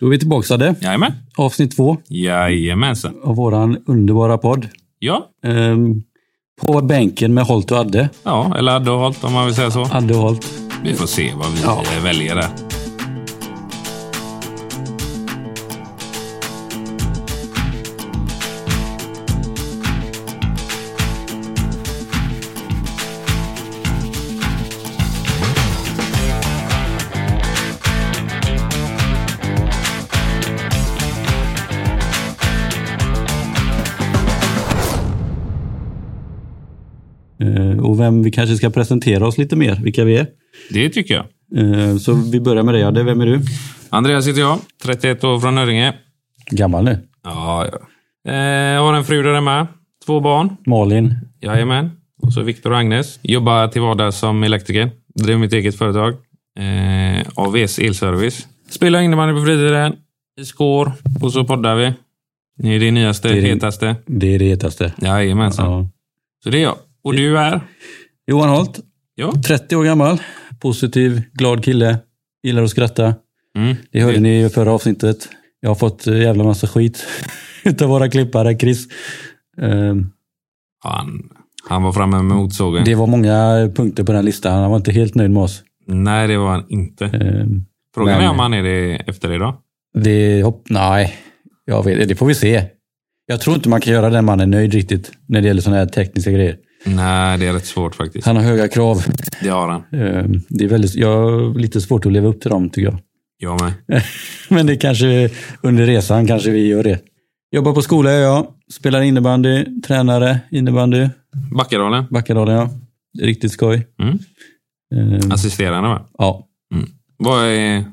Då är vi tillbaka Sadde. Jajamän. Avsnitt två Jajamensan. av våran underbara podd. Ja, Ehm, på bänken med Holt och Adde. ja eller Adde och Holt om man vill säga så. Adde och Holt. Vi får se vad vi Ja. eh, väljer där. Ehm, och vem vi kanske ska presentera oss lite mer, vilka vi är. Det tycker jag. Ehm, så vi börjar med dig Adde, vem är du? Andreas heter jag, 31 år från Nöringe. Gammal nu. Ja, ja. Eh, jag har en fru där hemma. Två barn. Malin. Jajamän. Och så Viktor och Agnes. Jobbar till vardags som elektriker. Driver mitt eget företag. Eh, AVS Elservice. Spelar innebandy på fritiden. I skår. Och så poddar vi. Det är det nyaste, Det är det- hetaste. Det är det hetaste. Jajamensan. Ja. Så det är jag. Och du är? Johan Holt, Ja. 30 år gammal. Positiv, glad kille. Gillar att skratta. Mm. Det hörde ni i förra avsnittet. Jag har fått eh, jävla massa skit utav våra klippare, Chris. Ehm, Han, han var framme med motorsågen. Det var många punkter på den listan. Han var inte helt nöjd med oss. Nej, det var han inte. Ehm, Frågan Men- är om han är det efter idag. Det, hopp, nej, jag vet, det får vi se. Jag tror inte man kan göra den mannen nöjd riktigt när det gäller sådana här tekniska grejer. Nej, det är rätt svårt faktiskt. Han har höga krav. Det har han. Ehm, Det är väldigt, jag, lite svårt att leva upp till dem tycker jag. Jag med. Men det kanske under resan kanske vi gör det. Jobbar på skola gör jag. Spelar innebandy, tränare innebandy. Backadalen. Backadalen ja. Det är Riktigt skoj. Mm. Ehm, Assisterande va? Ja. Vad, är,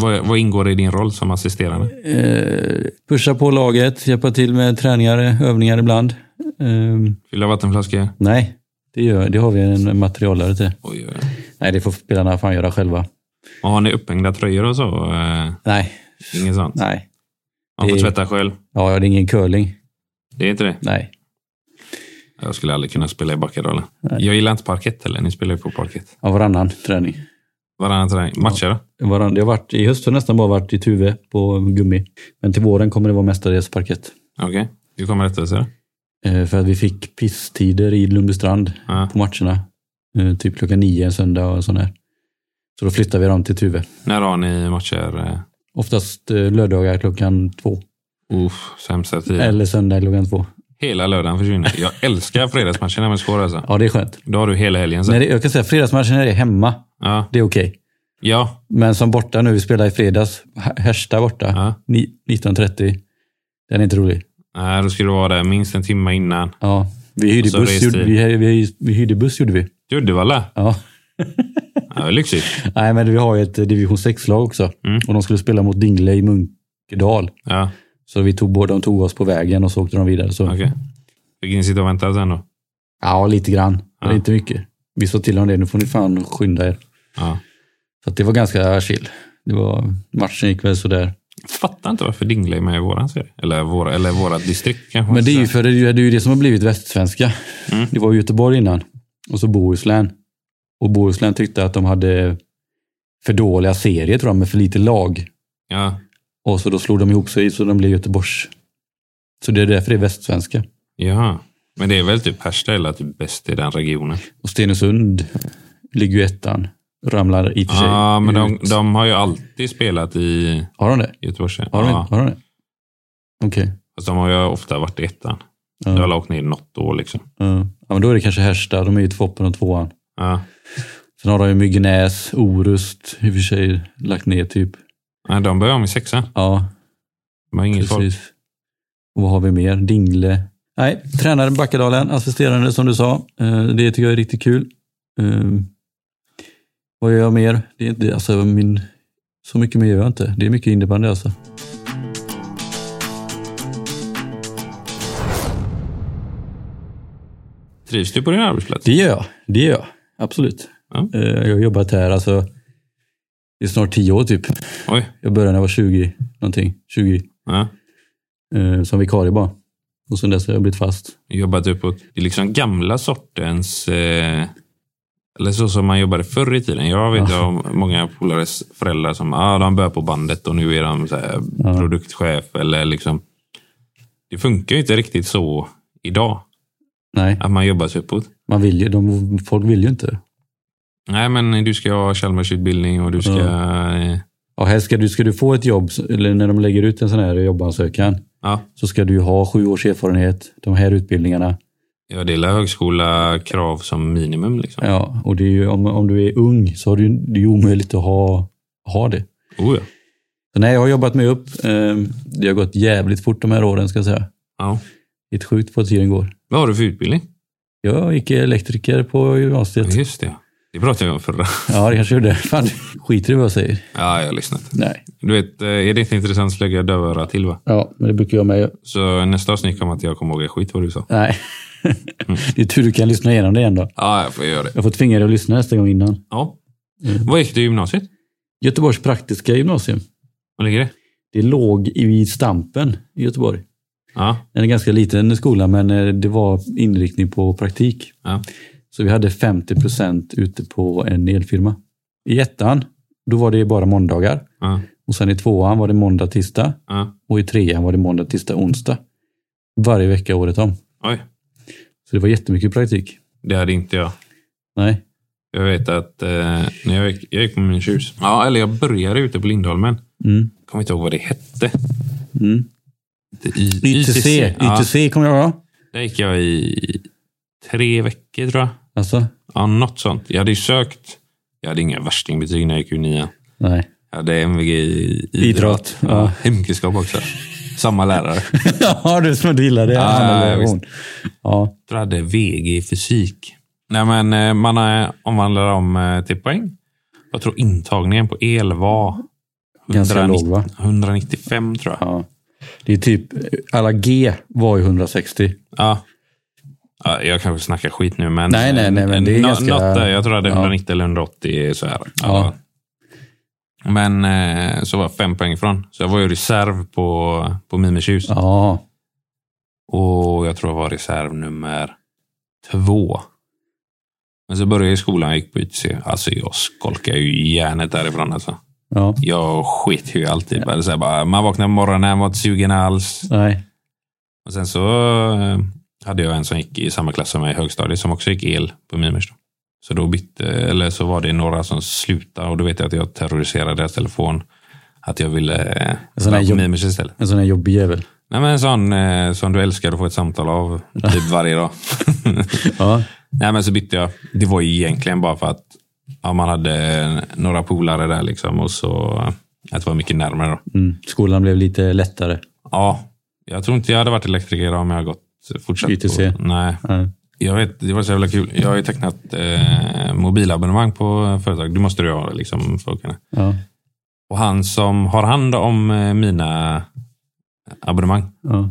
vad, är- vad ingår i din roll som assisterande? Eh, pusha på laget, hjälpa till med träningar, övningar ibland. Eh, Fylla vattenflaskor? nej, det, gör, det har vi en materialare till. Oj, oj. Nej, det får spelarna fan göra själva. Och har ni upphängda tröjor och så? Eh, Nej, Inget sånt? nej. Man får det- tvätta själv? Ja, ja, det är ingen curling. Det är inte det? Nej. Jag skulle aldrig kunna spela i Backadalen. Jag gillar inte parkett heller. Ni spelar ju på parkett. Ja, varannan träning. Varannan träning. Matcher då? Varann, det har varit, I höst har det nästan bara varit i Tuve på gummi. Men till våren kommer det vara mestadels parkett. Okej. Hur kommer detta sig då? Eh, för att vi fick pisstider i Lundbystrand Ja. på matcherna. Eh, typ klockan nio en söndag och sådär. Så då flyttar vi dem till Tuve. När har ni matcher? eh? Oftast eh, lördagar klockan två. Uff, sämsta tiden. Eller söndag klockan två. Hela lördagen försvinner. Jag älskar fredagsmatcherna med skor alltså. Ja, det är skönt. Då har du hela helgen sen. När det, jag kan säga fredagsmatchen när det är hemma, Ja, det är okej. ja, Men som borta nu, vi spelar i fredags, H- Härsta borta, Ja. ni- 19.30. Den är inte rolig. Nej, då skulle du vara där minst en timme innan. Ja, vi hyrde, Och så buss, restid. gjorde, vi, vi, vi hyrde buss gjorde vi. I Uddevalla? Ja. Ja, det är lyxigt. Nej, men vi har ju ett eh, division 6-lag också Mm. och de skulle spela mot Dingle i Munkedal. Ja, Så vi tog, båda- de tog oss på vägen och så åkte de vidare. Så. okej. Fick ni sitta och vänta sen då? Ja, lite grann. Ja. Men inte mycket. Vi sa till dem det, nu får ni fan skynda er. Ja. Så att det var ganska chill. Det var, matchen gick väl sådär. Jag Fattar inte varför Dingle är med i våran serie. Eller, vår, eller vårat distrikt kanske. man Men det är ju ska för det, är ju- det, är ju det som har blivit västsvenska. Mm. Det var ju Göteborg innan och så Bohuslän. Och Bohuslän tyckte att de hade för dåliga serier tror jag, med för lite lag. säga. Ja, Och så då slog de ihop sig så de blev Göteborgs. Så det är därför det är västsvenska. jaha. Men det är väl typ Härsta eller typ bäst i den regionen? Och Stenungsund ligger ju ettan. Ramlar i och för sig Ja, men de, ut. de har ju alltid spelat i Har de det? Göteborg. Har de, Ja, har de det? Okej. fast de har ju ofta varit i ettan. Ja. De har lagt ner något år liksom. Ja. ja, men då är det kanske Härsta. De är ju tvåppen och tvåan. Ja. Sen har de ju Myggenäs, Orust i och för sig lagt ner typ. Nej, de börjar om i sexan. Ja, De har inget folk. Precis. Och vad har vi mer? Dingle. Nej, tränare Backadalen, assisterande som du sa. Eh, Det tycker jag är riktigt kul. Eh, Vad gör jag mer? Det är inte, alltså, min, så mycket mer gör jag inte. Det är mycket innebandy alltså. Trivs du på din arbetsplats? Det gör jag. Det gör jag. Absolut. Ja. Eh, Jag har jobbat här alltså, i snart tio år typ. Oj. Jag började när jag var 20 någonting. 20. Ja. eh, Som vikarie bara. Och typ sen dess har jag blivit fast. Jobbat uppåt. Det är liksom gamla sortens eh, Eller så som man jobbade förr i tiden. Jag vet jag har många polares föräldrar som ah, de börjar på bandet och nu är de så här, produktchef. Eller liksom, det funkar ju inte riktigt så idag. Nej, Att man jobbar sig uppåt. man vill ju, de, folk vill ju inte. Nej, men du ska ha Chalmersutbildning och du ska... eh, Ja, här ska du, ska du få ett jobb, eller när de lägger ut en sån här jobbansökan, Ja, så ska du ju ha sju års erfarenhet, de här utbildningarna. jag delar högskola krav som minimum. Liksom. Ja, och det är ju, om, om du är ung så har du, det är ju omöjligt att ha, ha det. Oh, ja. Så nej, jag har jobbat mig upp. Eh, Det har gått jävligt fort de här åren ska jag säga. Ja. Det är ett sjukt vad tiden går. Vad har du för utbildning? Jag gick elektriker på Ja, gymnasiet. just det. Det pratade vi om förra. Ja, det kanske gjorde det. Fan, skiter i vad jag säger. Ja, jag har lyssnat. Nej. Du vet, eh, är det inte intressant så lägger jag dövörat till va? Ja, men det brukar jag med. Så nästa avsnitt kommer att jag kommer ihåg ett skit vad du sa. Nej. Det är tur du kan lyssna igenom det igen då. Ja, jag får göra det. Jag får tvinga dig att lyssna nästa gång innan. Ja. Vad gick du i gymnasiet? Göteborgs praktiska gymnasium. Var ligger det? Det låg i Stampen i Göteborg. Ja. En ganska liten skola, men eh, det var inriktning på praktik. ja. Så vi hade 50 procent ute på en elfirma. I ettan, då var det bara måndagar. ja. Och sen i tvåan var det måndag, tisdag. ja. Och i trean var det måndag, tisdag, onsdag. Varje vecka året om. Oj, Så det var jättemycket praktik. det hade inte jag. Nej, Jag vet att eh, när jag gick, jag gick med min tjus. Ja, eller jag började ute på Lindholmen. Mm. Kommer inte ihåg vad det hette. Mm. I, YTC, Ja, YTC kommer jag ihåg. va? där gick jag i tre veckor tror jag. Alltså, Ja, något sånt. Jag hade ju sökt. Jag hade inga värstingbetyg när jag gick ur nian. nej. Jag hade MVG i idrott. Idrott, ja. Ja, hemkunskap också. Samma lärare. Jag ja, du som inte gillar det. Ja, Ja, ja, ja, visst. ja, tror jag hade VG i fysik. Nej, men eh, man eh, omvandlar om eh, till poäng. Jag tror intagningen på el var Ganska låg, va? 195 tror jag. ja. Det är typ, alla G var ju 160. Ja. Ja, jag kanske snackar skit nu, men, Nej, nej, nej, men det är nå- ganska- något där. Jag tror att det är 190 eller 180. är Så här. Ja. Men eh, så var jag fem poäng ifrån. Så jag var ju reserv på, på Mimetjus. Ja, Och jag tror jag var reserv nummer två. Men så började jag i skolan, jag gick på ITC. Alltså jag skolkade ju järnet därifrån alltså. ja. Jag skit ju alltid. Bara så här, bara, man vaknade på morgonen, var inte sugen alls. Nej. Och sen så eh, hade jag en som gick i samma klass som mig i högstadiet som också gick el på Mimers. Då. Så då bytte, eller så var det några som slutade och då vet jag att jag terroriserade deras telefon. Att jag ville eh, sån här vara på jobb- Mimers istället. En sån här jobbig jävel. Nej, men en sån eh, som du älskar att få ett samtal av typ varje dag. Ja, Nej, men så bytte jag. Det var ju egentligen bara för att ja, man hade eh, några polare där liksom och så eh, att det var mycket närmare. Då. mm. Skolan blev lite lättare. Ja, jag tror inte jag hade varit elektriker om jag hade gått fortsatt. YTC. På, nej, Ja. jag vet. Det var så jävla kul. Jag har ju tecknat eh, mobilabonnemang på företag. Det måste du ha liksom, för att kunna. Ja. Och han som har hand om eh, mina abonnemang, Ja.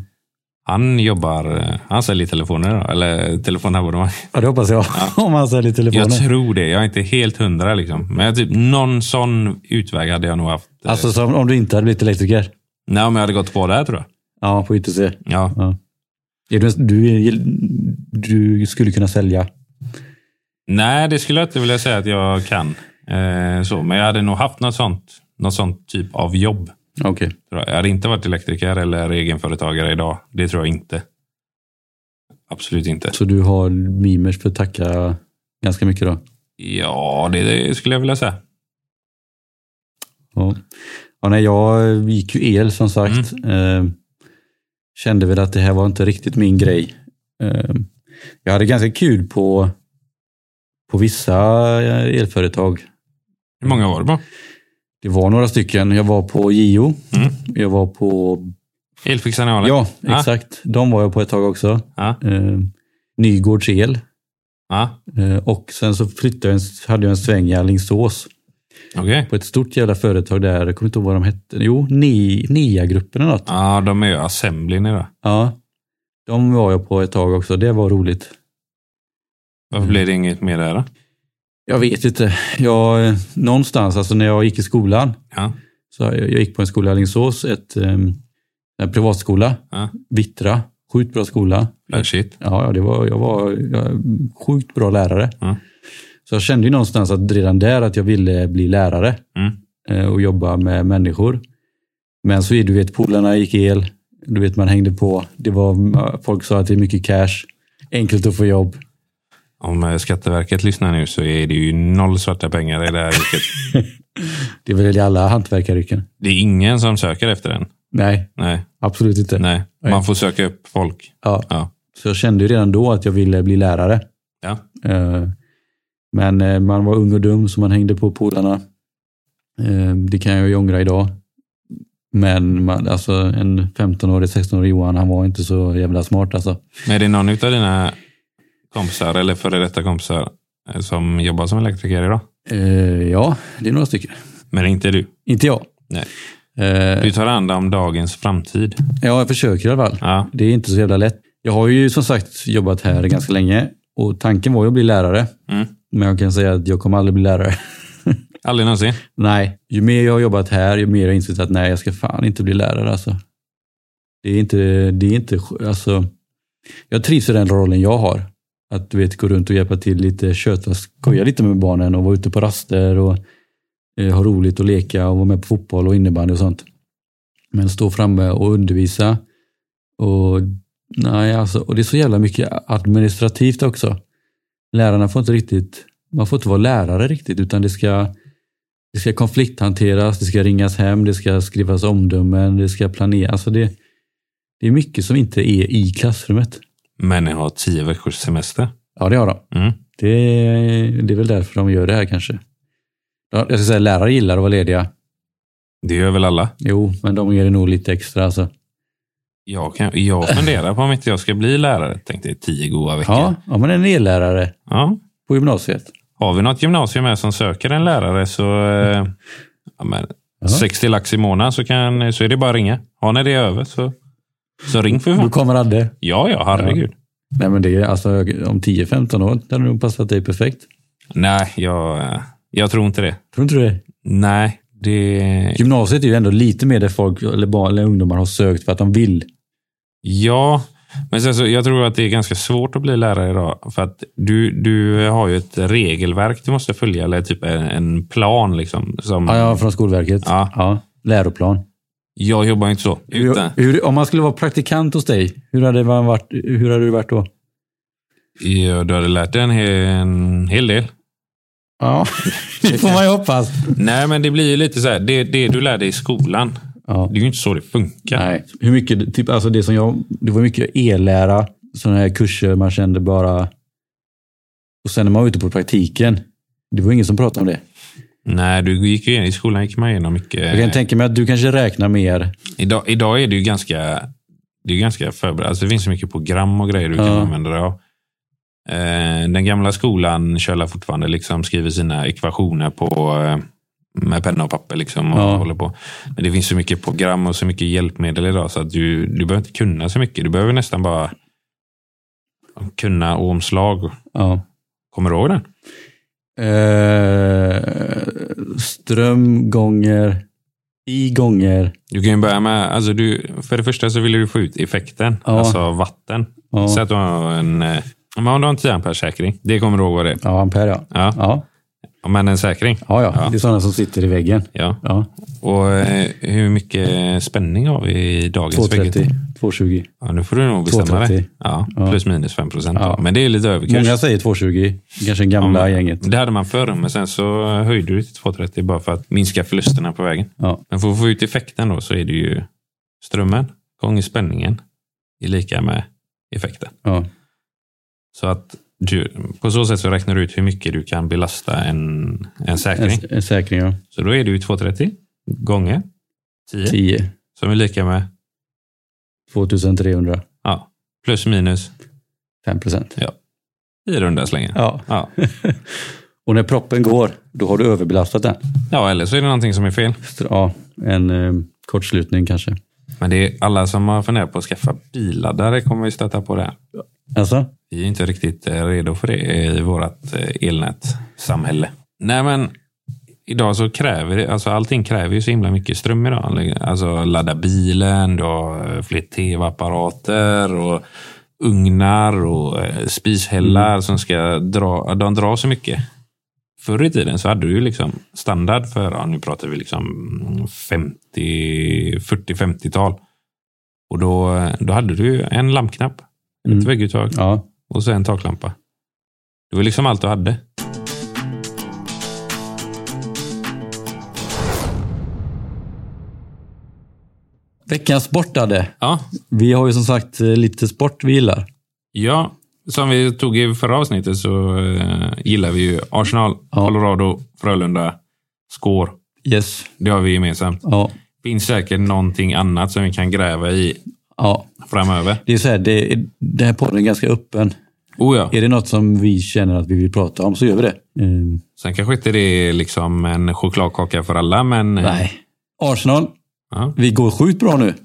han jobbar, eh, han säljer telefoner då, eller telefonabonnemang. ja, det hoppas jag. Om han säljer telefonen. Jag tror det. Jag är inte helt hundra. Liksom. Men jag, typ, någon sån utväg hade jag nog haft. Eh, Alltså som om du inte hade blivit elektriker. Nej, om jag hade gått på det här tror jag. Ja, på YTC. Ja. Ja. Är du, en- du, är- du skulle kunna sälja. Nej, det skulle jag inte vilja säga att jag kan. Eh, så. Men jag hade nog haft något sånt, något sånt typ av jobb. Okej. tror Jag. jag hade inte varit elektriker eller egenföretagare idag. Det tror jag inte. Absolut inte. Så du har mimers för att tacka ganska mycket då? Ja, det, det skulle jag vilja säga. Ja. ja nej, jag gick ju el som sagt. Mm. Eh, kände väl att det här var inte riktigt min grej. Eh, jag hade ganska kul på, på vissa eh, elföretag. Hur många var det på? Det var några stycken. Jag var på JO. Mm. Jag var på... Elfixarna i Ale? Ja, Ah. exakt. De var jag på ett tag också. Ja. Eh, Nygårds el. Ja, Eh, Och sen så flyttade jag en, hade jag en sväng i Alingsås okej. på ett stort jävla företag där. Jag kommer inte ihåg vad de hette. Jo, Ni- NIA-gruppen eller något. Ja, de är ju assemblin idag. Ja. De var jag på ett tag också. Det var roligt. Varför blir det inget mer där då? Jag vet inte. Jag, eh, någonstans, alltså när jag gick i skolan. Ja, Så jag, jag gick på en skola i Alingsås, ett, em, en privatskola. ja. Vittra. Sjukt bra skola. Där, shit. Ja, ja, det var, jag var jag, sjukt bra lärare. Ja. Så jag kände ju någonstans att redan där att jag ville bli lärare Mm. eh, och jobba med människor. Men så är du vet, polarna gick el. Du vet, man hängde på. Det var, folk sa att det är mycket cash. Enkelt att få jobb. Om eh, Skatteverket lyssnar nu så är det ju noll svarta pengar i det här yrket. Det är väl i alla hantverkaryrken? Det är ingen som söker efter den. Nej, Nej, absolut inte. nej. Man får söka upp folk. Ja. Ja. Så jag kände ju redan då att jag ville bli lärare. Ja. Eh, Men eh, man var ung och dum så man hängde på polarna. Eh, Det kan jag ju ångra idag. Men man, alltså en 15-årig, 16-årig Johan, han var inte så jävla smart alltså. Men är det någon av dina kompisar eller före detta kompisar eh, som jobbar som elektriker idag? Eh, Ja, det är några stycken. Men inte du. Inte jag. Nej. Eh, Du tar hand om dagens framtid. Ja, jag försöker i alla fall. Ja. Det är inte så jävla lätt. Jag har ju som sagt jobbat här ganska länge och tanken var ju att bli lärare. Mm. Men jag kan säga att jag kommer aldrig bli lärare. Aldrig någonsin. Nej, ju mer jag har jobbat här, ju mer har jag insett att nej, jag ska fan inte bli lärare alltså. Det är inte, det är inte, alltså. Jag trivs i den rollen jag har. Att du vet, gå runt och hjälpa till lite, köta, skoja lite med barnen och vara ute på raster och eh, ha roligt och leka och vara med på fotboll och innebandy och sånt. Men stå framme och undervisa och nej, alltså, och det är så jävla mycket administrativt också. Lärarna får inte riktigt, man får inte vara lärare riktigt utan det ska, det ska konflikthanteras, det ska ringas hem, det ska skrivas omdömen, det ska planeras. Alltså det, det är mycket som inte är i klassrummet. Men jag har tio veckors semester. Ja, det har de. Mm. Det, det är väl därför de gör det här kanske. Ja, Jag ska säga lärare gillar att vara lediga. Det gör väl alla. Jo, men de ger det nog lite extra. Alltså. Jag, kan, jag funderar på om inte jag ska bli lärare. Tänkte jag, tio goa veckor. Ja, om man är en ellärare Ja. på gymnasiet. Har vi något gymnasium här som söker en lärare så eh, ja, men, Ja. 60 lax i månaden så, kan, så är det bara att ringa. Har ni det över så, så ring för Då fan. kommer Adde. Ja, ja, herregud. Nej, men det är alltså om 10-15 år, det hade nog passat dig perfekt. Nej, jag, eh, jag tror inte det. Tror inte du det? Nej, det... Gymnasiet är ju ändå lite mer där folk, eller barn eller ungdomar har sökt för att de vill. Ja, men sen så, jag tror att det är ganska svårt att bli lärare idag. För att du, du har ju ett regelverk du måste följa, eller typ en, en plan. Liksom, som, Ja, ja från Skolverket. Ja. Läroplan. Jag jobbar ju inte så. Utan, Hur, hur, om man skulle vara praktikant hos dig, hur hade, man varit, hur hade du varit då? ja, du hade lärt dig en, he- en hel del. Ja, det får man ju hoppas. Nej, men det blir ju lite så här. Det, det du lär dig i skolan, Ja. det är ju inte så det funkar. Nej. Hur mycket, typ, alltså det, som jag, det var mycket e-lära, sådana här kurser man kände bara... Och sen när man var ute på praktiken, det var ingen som pratade om det. Nej, du gick ju igen, i skolan gick man igenom mycket. Jag kan tänka mig att du kanske räknar mer. Idag, idag är det ju ganska, det är ju ganska förberett. Alltså, det finns så mycket program och grejer du kan Ja. använda dig av. Eh, den gamla skolan kör fortfarande liksom skriver sina ekvationer på, eh, med penna och papper. Liksom och Ja. håller på. Men det finns så mycket program och så mycket hjälpmedel idag så att du, du behöver inte kunna så mycket. Du behöver nästan bara kunna omslag. Ja. Kommer du ihåg den? Eh, ström gånger, i gånger. Du kan ju börja med, alltså du, för det första så vill du få ut effekten, Ja. alltså vatten. Ja. Så att du har en, eh, men om du har en 10 ampere säkring, det kommer du ihåg vad det är. Ja, ampere ja. Ja. Ja. Men en säkring, Ja, ja. Ja. Det är sådana som sitter i väggen. ja. Ja. Och eh, hur mycket spänning har vi i dagens 230, vägg? 220. Ja, nu får du nog bestämma 230. dig. Ja, plus minus 5 procent. Ja. Men det är lite överkurs. Många säger 220, kanske den gamla Ja, men gänget. Det hade man förr, men sen så höjde du till 230 bara för att minska förlusterna på vägen. Ja. Men för att få ut effekten då så är det ju strömmen gånger spänningen är lika med effekten. Ja. Så att du, på så sätt så räknar du ut hur mycket du kan belasta en, en En, säkring. en säkring, ja. Så då är det ju 230 gånger 10 10. som är lika med 2300. ja, plus minus 5 procent. i runda slängar. Ja. Ja. Och när proppen går, då har du överbelastat den. ja, eller så är det någonting som är fel. Ja, en eh, kortslutning kanske. Men det är alla som har funderat på att skaffa billaddare kommer ju stöta på det här. Alltså? Vi är inte riktigt eh, redo för det i vårt eh, elnätsamhälle. Nej, men idag så kräver det, alltså allting kräver ju så himla mycket ström idag. Alltså ladda bilen, du har eh, fler tv-apparater och ugnar och eh, spishällar som ska dra, de drar så mycket. förr i tiden så hade du ju liksom standard för, ja, nu pratar vi liksom 50, 40-50-tal. Och då, eh, då hade du ju en lampknapp, ett Mm. vägguttag Ja. och så en taklampa. Det var liksom allt du hade. Veckans sportade. Ja, Vi har ju som sagt eh, lite sport vi gillar. ja som vi tog i förra avsnittet så eh, gillar vi ju Arsenal, Ja. Colorado, Frölunda, Skår. Yes. Det har vi gemensamt. Ja. finns säkert någonting annat som vi kan gräva i ja. framöver. Det är så här, det, är- den här podden är ganska öppen. Oh ja. Är det något som vi känner att vi vill prata om så gör vi det. Ehm, Sen kanske inte det är liksom en chokladkaka för alla, men eh, nej. Arsenal, ja. vi går sjukt bra nu. två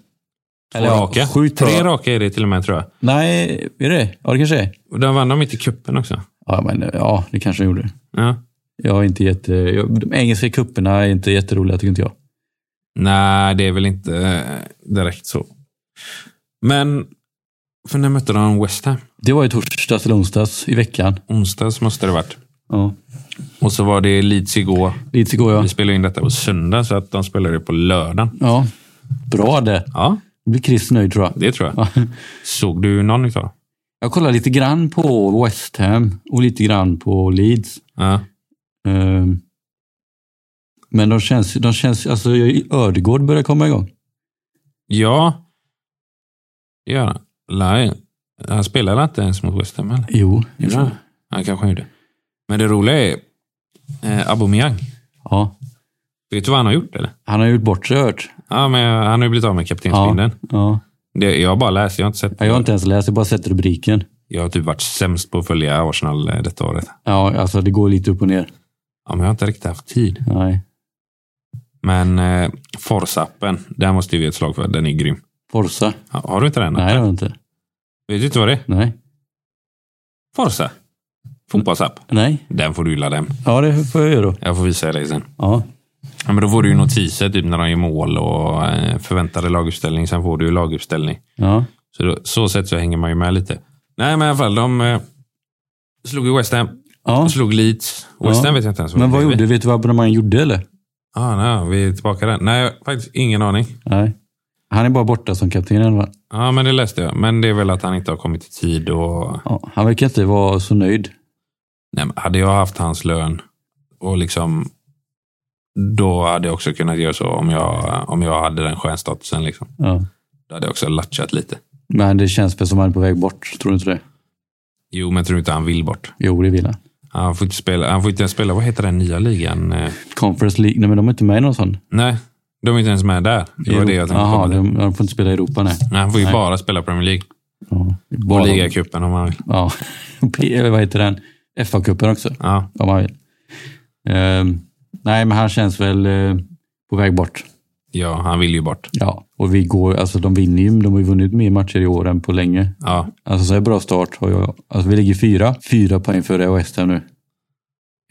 Eller ja, raka. sjukt bra. Tre raka är det till och med tror jag. Nej, är det Ja, det kanske är. Och de vann de inte cupen också. Ja, men, eh, ja, det kanske jag gjorde. Ja. Jag är inte jätte... Jag, de engelska kupperna är inte jätteroliga tycker inte jag. Nej, det är väl inte eh, direkt så. Men, för när mötte de West Ham? Det var ju torsdags eller onsdags i veckan. Onsdags måste det varit. Ja. Och så var det Leeds igår. Lite går Vi jag. spelade in detta på söndag, så att de spelade det på lördagen. Ja. Bra det. Ja, Då blir Chris nöjd tror jag. det tror jag. Ja. Såg du någon utav dem? Jag kollar lite grann på West Ham och lite grann på Leeds. Ja. Ehm, Men de känns, de känns, alltså jag- Ödegård börjar komma igång. Ja, det gör han. Nej, han spelade inte ens mot West Ham, eller? Jo, Gjorde han? Han kanske gjorde. Men det roliga är eh, Aubameyang. Ja, Vet du vad han har gjort? eller? han har gjort bort sig hört. Ja, men han har ju blivit av med kaptensbindeln. Ja. Det- Jag har bara läst, jag har inte sett. Ja, Jag har inte ens läst, jag har bara sett rubriken. Jag har typ varit sämst på att följa Arsenal eh, detta året. Ja, alltså det går lite upp och ner. Ja, men jag har inte riktigt haft tid. Nej. Men eh, Forsappen, den måste vi ge ett slag för. Den är grym. Forza? Ja, Har du inte den? Nej, det har jag inte. Vet du inte vad det är? Nej. Forsa. Fotbollsapp. Nej. Den får du gilla den. Ja, det får jag göra då. Jag får visa dig sen. Ja. Ja, men då får du ju notiser typ när de gör mål och eh, förväntade laguppställning. Sen får du ju laguppställning. Ja. Så då, så sätt så hänger man ju med lite. Nej, men i alla fall. De eh, slog ju West Ham. ja. Slog Leeds. West Ja. Ham vet jag inte ens Men vad det blev. gjorde Vet du vad abonnemangen gjorde eller? Ah, nej, vi är tillbaka där. Nej, faktiskt ingen aning. Nej. Han är bara borta som kapten i alla fall. Ja, men det läste jag. Men det är väl att han inte har kommit i tid. Och... Ja, han verkar inte vara så nöjd. Nej, men hade jag haft hans lön och liksom då hade jag också kunnat göra så om jag, om jag hade den stjärnstatusen. Liksom. Ja. Då hade jag också latchat lite. Men det känns väl som han är på väg bort. Tror du inte det? Jo, men tror du inte han vill bort? Jo, det vill han. Han får inte spela, han får inte ens spela, vad heter den nya ligan? Eh, Conference League. Nej, men de är inte med i någon sån. Nej, de är inte ens med där. Det var det jag tänkte Jaha, komma de, till. de får inte spela i Europa, nej. Nej, han får ju Nej. bara spela Premier League. Ja. Och Bara ligacupen om han vill. Ja. P- eller vad heter den? FA-cupen också, Ja. om man vill. Ehm, nej, men han känns väl eh, på väg bort. ja, han vill ju bort. Ja. Och vi går, alltså de vinner ju, de har ju vunnit mer matcher i år än på länge. Ja, Alltså så här bra start har jag. Alltså vi ligger fyra. Fyra poäng före West Ham nu.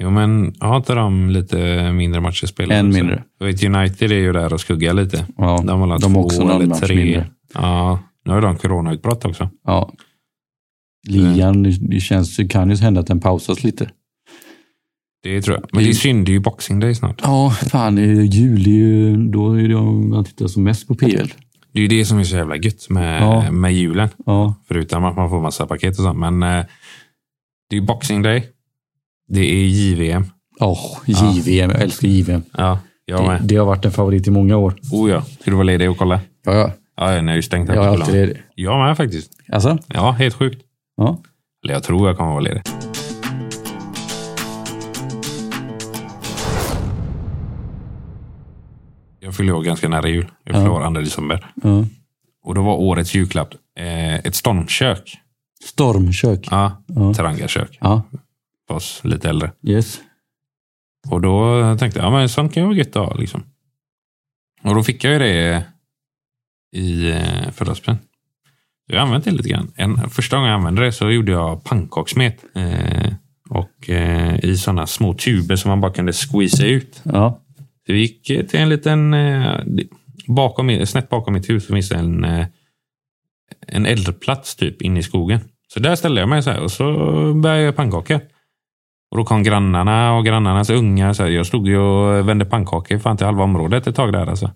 jo, men har inte de lite mindre matcher spelade? En också? mindre. Jag vet, United är ju där och skuggar lite. Ja, De har väl de två har också någon eller match tre. mindre. Ja, nu har de coronautbrott också. Ja. Ligan, Mm. det, känns, det kan ju hända att den pausas lite. Det tror jag. Men det är synd, det är ju Boxing Day snart. Ja, fan, i juli, då är det om man tittar som mest på PL. Det är ju det som är så jävla gött med, Ja. med julen. Ja, Förutom att man får massa paket och sånt. Men eh, det är ju Boxing Day. Det är JVM. oh, JVM, jag älskar JVM. Ja, jag Det, med. det har varit en favorit i många år. Oh ja. Ska du vara ledig och kolla? Ja, ja. Ja, ja, ni har ju stängt Jag är här på alltid skolan. ledig. Jag med faktiskt. Alltså? Ja, helt sjukt. Ja. Eller jag tror jag kommer vara ledig. Jag fyller år ganska nära jul. Jag fyller år 2 december. ja. Och då var årets julklapp eh, ett stormkök. Stormkök. Ja, Ja. terangakök. Ja, För oss lite äldre. yes. Och då tänkte jag, ja men sånt kan ju vara gött att ha liksom. Och då fick jag ju det i eh, födelsedagspresent. Så Jag har använt det lite grann. En, första gången jag använde det så gjorde jag pannkakssmet. Eh, och eh, i sådana små tuber som man bara kunde squeeza ut. Ja, Så vi gick eh, till en liten, eh, det- bakom, snett bakom mitt hus så finns det en, eh, en eldplats typ inne i skogen. Så där ställde jag mig så här och så började jag göra pannkakor. Och då kom grannarna och grannarnas unga. Så här, jag stod ju och vände pannkakor fan till halva området ett tag där. Alltså.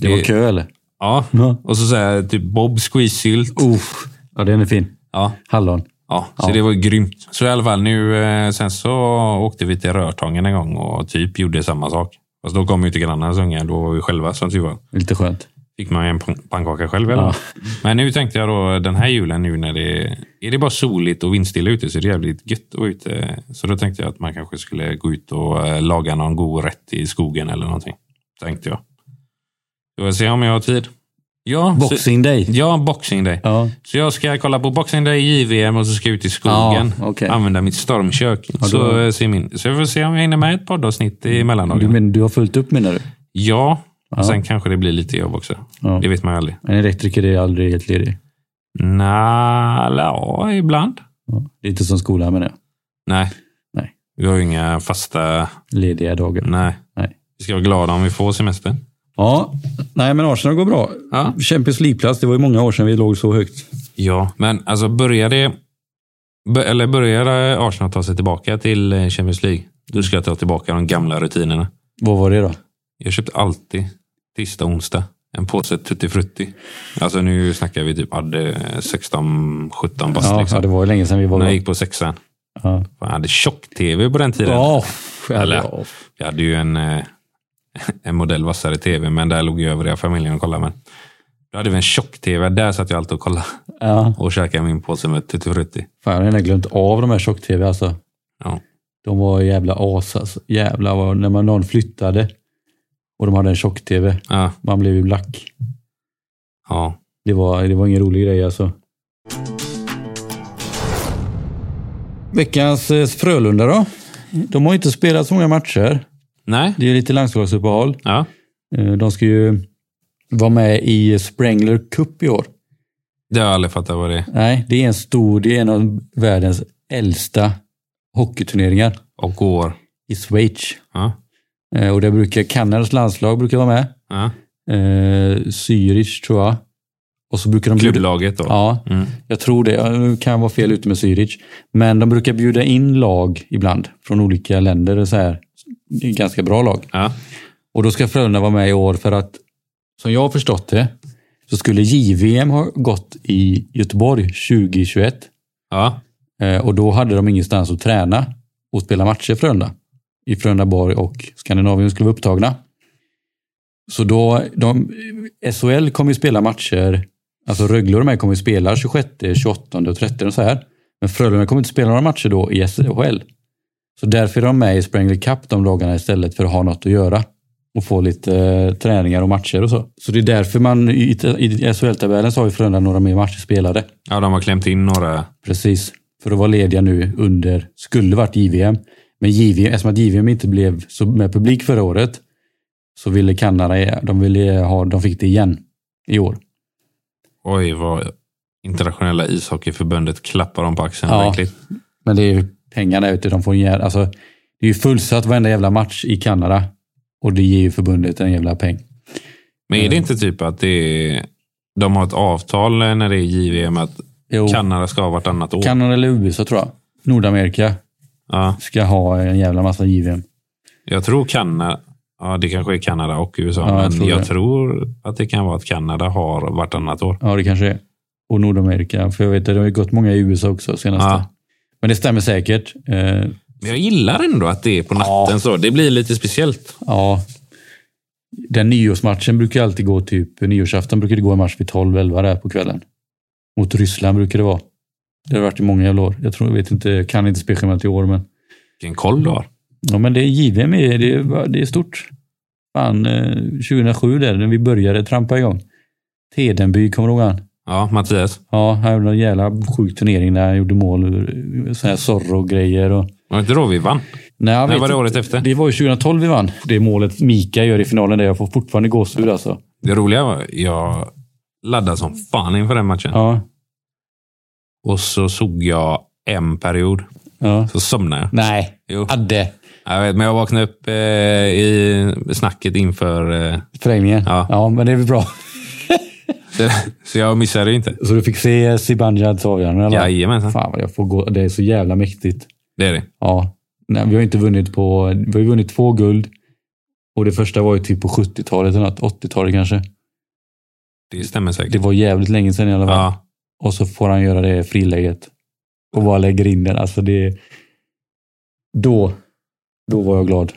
Det var kö eller? Ja. Ja. Och så, så här, typ Bobs squeezesylt. Uff. Ja, den är fin. Ja. Hallon. Ja, så Ja. det var ju grymt. Så i alla fall nu, eh, sen så åkte vi till Rörtången en gång och typ gjorde samma sak. Fast då kom ju inte grannarnas ungar, då var vi själva som tur var. Lite skönt. Fick man ju en pan- pannkaka själv eller? Ja. Men nu tänkte jag då den här julen nu när det är det bara soligt och vindstilla ute så är det jävligt gött att vara ute. Så då tänkte jag att man kanske skulle gå ut och eh, laga någon god rätt i skogen eller någonting. Tänkte jag. Vi får se om jag har tid. Ja, så- Boxing day. Ja, boxing day. Ja. Så jag ska kolla på Boxing Day i JVM och så ska jag ut i skogen. Ja, okej. Använda mitt stormkök. då- Mm. så, eh, ser min, så jag får se om jag hinner med ett poddavsnitt i Du, mellandagarna. men, du har fullt upp menar du? Ja, Ja. och sen kanske det blir lite jobb också. Ja. Det vet man ju aldrig. En elektriker är aldrig helt ledig. Nja, eller ja, ibland. Ja. Lite som skolan menar jag. Nej. Nej. Vi har ju inga fasta... Lediga dagar. Nej. Nej. Vi ska vara glada om vi får semester. Ja, nej men Arsenal går bra. Ja. Champions League-plats, det var ju många år sedan vi låg så högt. Ja, men alltså börjar det... bör- Eller börjar eh, Arsenal ta sig tillbaka till eh, Champions League, då ska jag ta tillbaka de gamla rutinerna. Vad var det då? Jag köpte alltid tisdag och onsdag en påse Tutti Frutti. Alltså nu snackar vi typ hade 16-17 bast. Ja, ja, liksom. det var ju länge sedan vi var När jag bra. gick på sexan. Ja. Fan, Jag hade tjock-tv på den tiden. Ja, ja, Eller? ja. Jag hade ju en, eh, en modell vassare tv, men där låg ju övriga familjen och kollade. Men då hade vi en tjock-tv. Där satt jag alltid och kollade ja. och käkade min påse med Tutti Frutti. Fan, jag har redan glömt av de här tjock-tv alltså. Ja. De var jävla as alltså. Jävlar vad, när man, någon flyttade och de hade en tjock-tv. Ja, Man blev ju lack. ja. Det var, det var ingen rolig grej alltså. Veckans eh, Frölunda då? De har inte spelat så många matcher. Nej. Det är ju lite landslagsuppehåll. Ja. Eh, De ska ju vara med i Sprangler Cup i år. Det har jag aldrig fattat vad det är. Nej, det är en stor, det är en av världens äldsta hockeyturneringar Och går. i Schweiz. Ja. Eh, Och där brukar Kanadas landslag brukar vara med. Ja. Eh, Zürich tror jag. Och så brukar de bjuda... Klubblaget då. Ja, Mm. jag tror det. Jag nu kan vara fel ute med Zürich. Men de brukar bjuda in lag ibland från olika länder. och Så här. Det är ganska bra lag. Ja. Och då ska Frölunda vara med i år för att, som jag har förstått det, så skulle JVM ha gått i Göteborg 2021. Ja. Eh, Och då hade de ingenstans att träna och spela matcher i Frölunda. I Frölunda Borg och Skandinavien skulle vara upptagna. Så då, de, SHL kommer ju spela matcher, alltså Rögle och de här kommer ju spela 26, 28 och 30 och så här. Men Frölunda kommer inte spela några matcher då i SHL. Så därför är de med i Sprangler Cup de dagarna istället för att ha något att göra och få lite eh, träningar och matcher och så. Så det är därför man i, i SHL-tabellen så har ju Frölunda några mer matcher spelade. ja, de har klämt in några. Precis, för att vara lediga nu under, skulle varit JVM, men JVM, eftersom att JVM inte blev så med publik förra året så ville Kanada, de ville ha, de fick det igen i år. Oj, vad internationella ishockeyförbundet klappar dem på axeln. Ja. verkligen. Men det är ju pengarna ute, de får en jävla, alltså det är ju fullsatt varenda jävla match i Kanada och det ger ju förbundet en jävla peng. Men är det Mm. inte typ att det är, de har ett avtal när det är JVM att Jo, Kanada ska ha vartannat år? Kanada eller USA tror jag. Nordamerika Ja, ska ha en jävla massa JVM. jag tror Kanada. Ja, det kanske är Kanada och USA, Ja, jag men tror jag det. tror att det kan vara att Kanada har vartannat år. Ja, det kanske är. Och Nordamerika, för jag vet att det har ju gått många i USA också senaste. Ja. Men det stämmer säkert. Eh, Men jag gillar ändå att det är på natten så. Det blir lite speciellt. Ja. Den nyårsmatchen brukar alltid gå typ, nyårsafton brukar det gå en match vid 12-11 där på kvällen. Mot Ryssland brukar det vara. Det har varit i många jävla år. Jag tror, jag vet inte, jag kan inte spelschemat i år men. Vilken koll du har. Ja men det är JVM, är- det är, det är stort. Fan, eh, 2007 där när vi började trampa igång. Tedenby, kommer du ihåg han? Ja, Mattias. Ja, han gjorde en jävla sjuk turnering där han gjorde mål, sådana här Zorro-grejer och... Var det inte då vi vann? Nej, jag När vet var det inte. året efter? Det var ju 2012 vi vann. Det målet Mika gör i finalen där jag får fortfarande gåshud alltså. Det roliga var jag laddade som fan inför den matchen. Ja. Och så såg jag en period. ja. Så somnade jag. Nej. Jo. Adde. Jag vet, men jag vaknade upp eh, i snacket inför... Eh, Förlängningen. Ja. men det är väl bra. så, så jag missade ju inte. Så du fick se Zibanejad avgörande? eller? Jajamensan, Fan vad jag får gå. Det är så jävla mäktigt. det är det. Ja. Nej, vi har inte vunnit på... Vi har ju vunnit två guld. Och det första var ju typ på 70-talet eller något. 80-talet kanske. Det stämmer säkert. Det var jävligt länge sedan i alla fall. ja. Och så får han göra det friläget. Och bara lägger in den. Alltså det... Då, då var jag glad.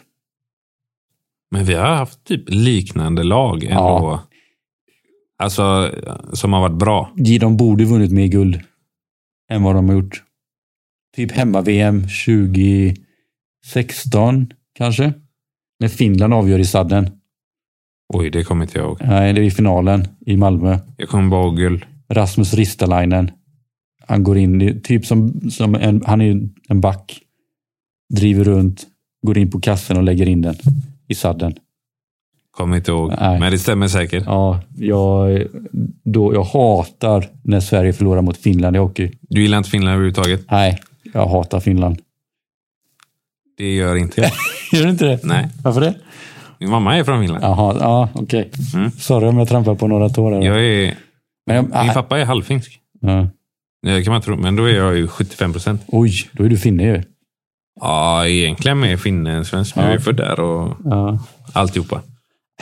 Men vi har haft typ liknande lag ändå. Ja. Alltså, som har varit bra. De borde vunnit mer guld än vad de har gjort. Typ hemma-VM 2016 kanske. När Finland avgör i sadden. Oj, det kommer inte jag ihåg. Nej, det är i finalen i Malmö. Jag kommer bara ihåg guld. Rasmus Ristalainen. Han går in, i- typ som, som en, han är en back. Driver runt, går in på kassen och lägger in den i sadden. Kommer inte ihåg. Nej. Men det stämmer säkert. Ja, jag, då, jag hatar när Sverige förlorar mot Finland i hockey. Du gillar inte Finland överhuvudtaget? Nej, jag hatar Finland. Det gör inte jag. Gör du inte det? Nej. Varför det? Min mamma är från Finland. Jaha, ja, okej. Mm. Sorry om jag trampar på några tår. här. Jag är, Men jag, min ah, pappa är halvfinsk. ja. Det kan man tro, men då är jag ju 75 procent. Oj, då är du finne ju. Ja, egentligen är finnen svensk. men Jag är född där och Ja. alltihopa.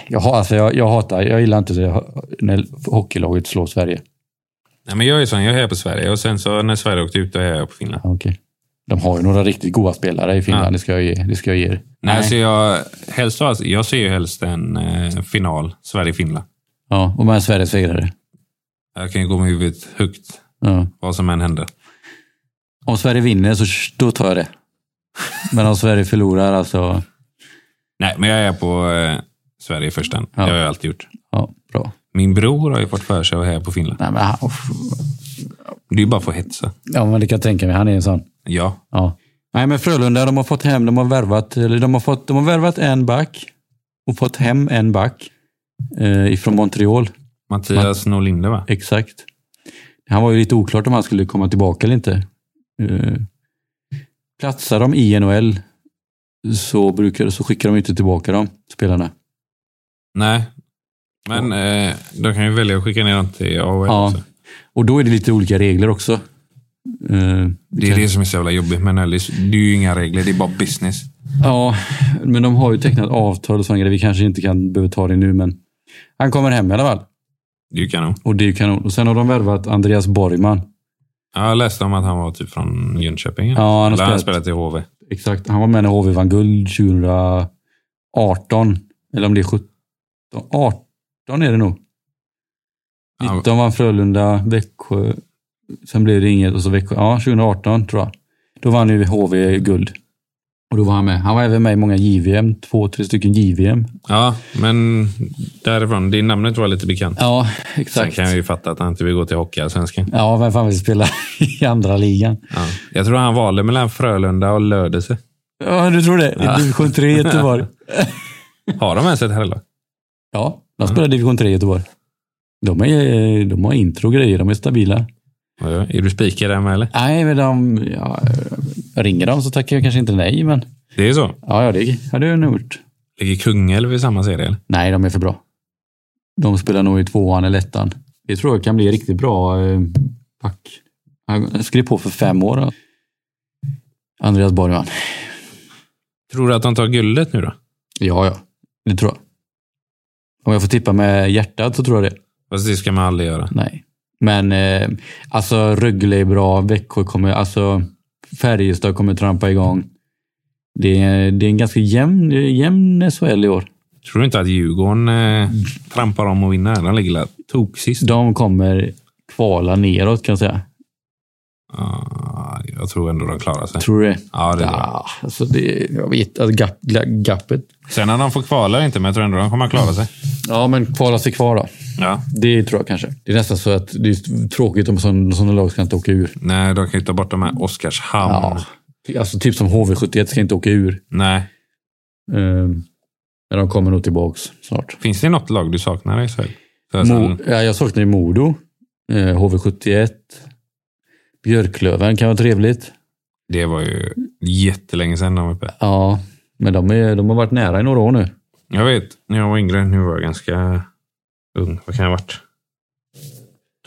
Jag, har- alltså, jag, jag hatar, jag gillar inte det, när hockeylaget slår Sverige. Nej, men jag är sån, jag hejar på Sverige och sen så när Sverige åkte ut, då hejade jag på Finland. Ja, Okej. De har ju några riktigt goda spelare i Finland, det, ska jag ge, det ska jag ge er. Nej, så jag, helst, alltså, jag ser ju helst en eh, final, Sverige-Finland. Ja, och med Sverige segrare. Jag kan ju gå med huvudet högt, Ja. vad som än händer. Om Sverige vinner så sh- då tar jag det. Men om Sverige förlorar alltså. Nej, men jag är på eh, Sverige i första hand. Ja. Det har jag alltid gjort. Ja, bra. Min bror har ju fått för sig att heja på Finland. Nej, men, han- uff. Det är ju bara för att hetsa. ja, men det kan jag tänka mig. Han är en sån. Ja, Ja. Nej, men Frölunda, de har fått hem, de har värvat, eller de har fått, de har värvat en back och fått hem en back eh, ifrån Montreal. Mattias Norlinder va? Exakt. Han var ju lite oklart om han skulle komma tillbaka eller inte. Eh, platsar de i NHL så, brukar, så skickar de inte tillbaka dem, spelarna. Nej. Men eh, de kan ju välja att skicka ner dem till AHL. Ja. också. Och då är det lite olika regler också. Eh, Det är det som är så jävla jobbigt med Nellis. Det är ju inga regler, det är bara business. Ja, men de har ju tecknat avtal och sådana grejer. Vi kanske inte kan behöva ta det nu, men han kommer hem i alla fall. Det är ju kanon. Och det är ju kanon. Och sen har de värvat Andreas Borgman. Ja, Jag läste om att han var typ från Jönköping. Ja, han har Eller han spelat. spelat i HV. Exakt. Han var med när HV vann guld 2018. Eller om det är 17. 18 är det nog. Ja. 19 vann Frölunda, Växjö. Sen blev det inget och så Växjö. Ja, 2018 tror jag. Då vann ju HV guld. Och då var han med. Han var även med i många JVM. Två, tre stycken JVM. Ja, men därifrån. Det namnet var lite bekant. Ja, Sen exakt. kan jag ju fatta att han inte vill gå till Hockeyallsvenskan. Ja, vem fan vill spela i andra ligan? Ja. Jag tror han valde mellan Frölunda och Lödöse. Ja, du tror det? I division 3 i Göteborg. Har de ens ett herrlag? Ja, de spelar division 3 i Göteborg. De, är, de har intro och grejer, de är stabila. Ja, Är du spikad där med eller? Nej, men de, ja, jag ringer dem så tackar jag kanske inte nej, men Det är så. ja, ja det hade jag nog gjort. Ligger Kungälv i samma serie? Eller? Nej, de är för bra. De spelar nog i tvåan eller ettan. Det tror jag kan bli riktigt bra eh, back. Han skrev på för fem år. då. Andreas Borgman. Tror du att de tar guldet nu då? Ja, ja. Det tror jag. Om jag får tippa med hjärtat så tror jag det. Fast det ska man aldrig göra. Nej. Men eh, alltså Rögle är bra, Växjö kommer, alltså Färjestad kommer trampa igång. Det är, det är en ganska jämn, jämn SHL i år. Tror du inte att Djurgården eh, trampar om och vinner? De ligger la- toksist. De kommer kvala neråt kan jag säga. Ja, jag tror ändå de klarar sig. Tror du det? Ja, det tror jag. Ja, alltså det, jag vet, alltså gap, gla- gappet. Sen när de får kvala inte, men jag tror ändå de kommer att klara sig. Ja, men kvala sig kvar då. Ja. Det tror jag kanske. Det är nästan så att det är tråkigt om sån- sådana lag ska inte åka ur. Nej, de kan ju ta bort de här Oskarshamn. Ja. Alltså typ som HV71 ska inte åka ur. Nej. Eh, men de kommer nog tillbaks snart. Finns det något lag du saknar i SHL? Så Mo, sen- ja, jag saknar ju Modo, eh, HV71, Björklöven kan vara trevligt. Det var ju jättelänge sedan de var uppe. Ja, men de, är, de har varit nära i några år nu. Jag vet, när jag var yngre, nu var jag ganska ung. Vad kan jag ha varit?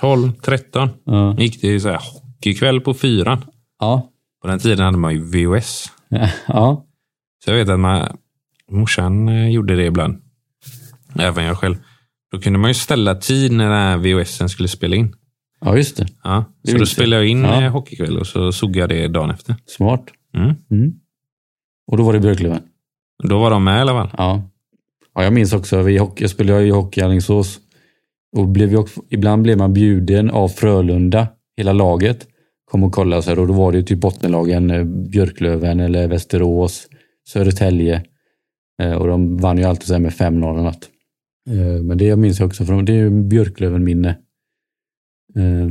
12, 13. Ja. Gick det ju så här hockeykväll på fyran. Ja. På den tiden hade man ju VOS. Ja. Så jag vet att man, morsan eh, gjorde det ibland. Även jag själv. Då kunde man ju ställa tid när den här VHSen skulle spela in. ja, just det. Ja, Det så är då viktigt. spelade jag in Ja. ja. hockeykväll och så såg jag det dagen efter. Smart. Mm. Mm. Och då var det Björklöven. Då var de med i alla fall. Ja. ja. Jag minns också, vi hockey, jag spelade ju hockey i Alingsås. Och blev ju också, ibland blev man bjuden av Frölunda, hela laget, kom och kollade så här, och då var det ju typ bottenlagen, eh, Björklöven eller Västerås, Södertälje. Eh, Och de vann ju alltid så här med 5-0 eller något. Eh, Men det minns jag också, från, det är ju Björklöven-minne. Eh,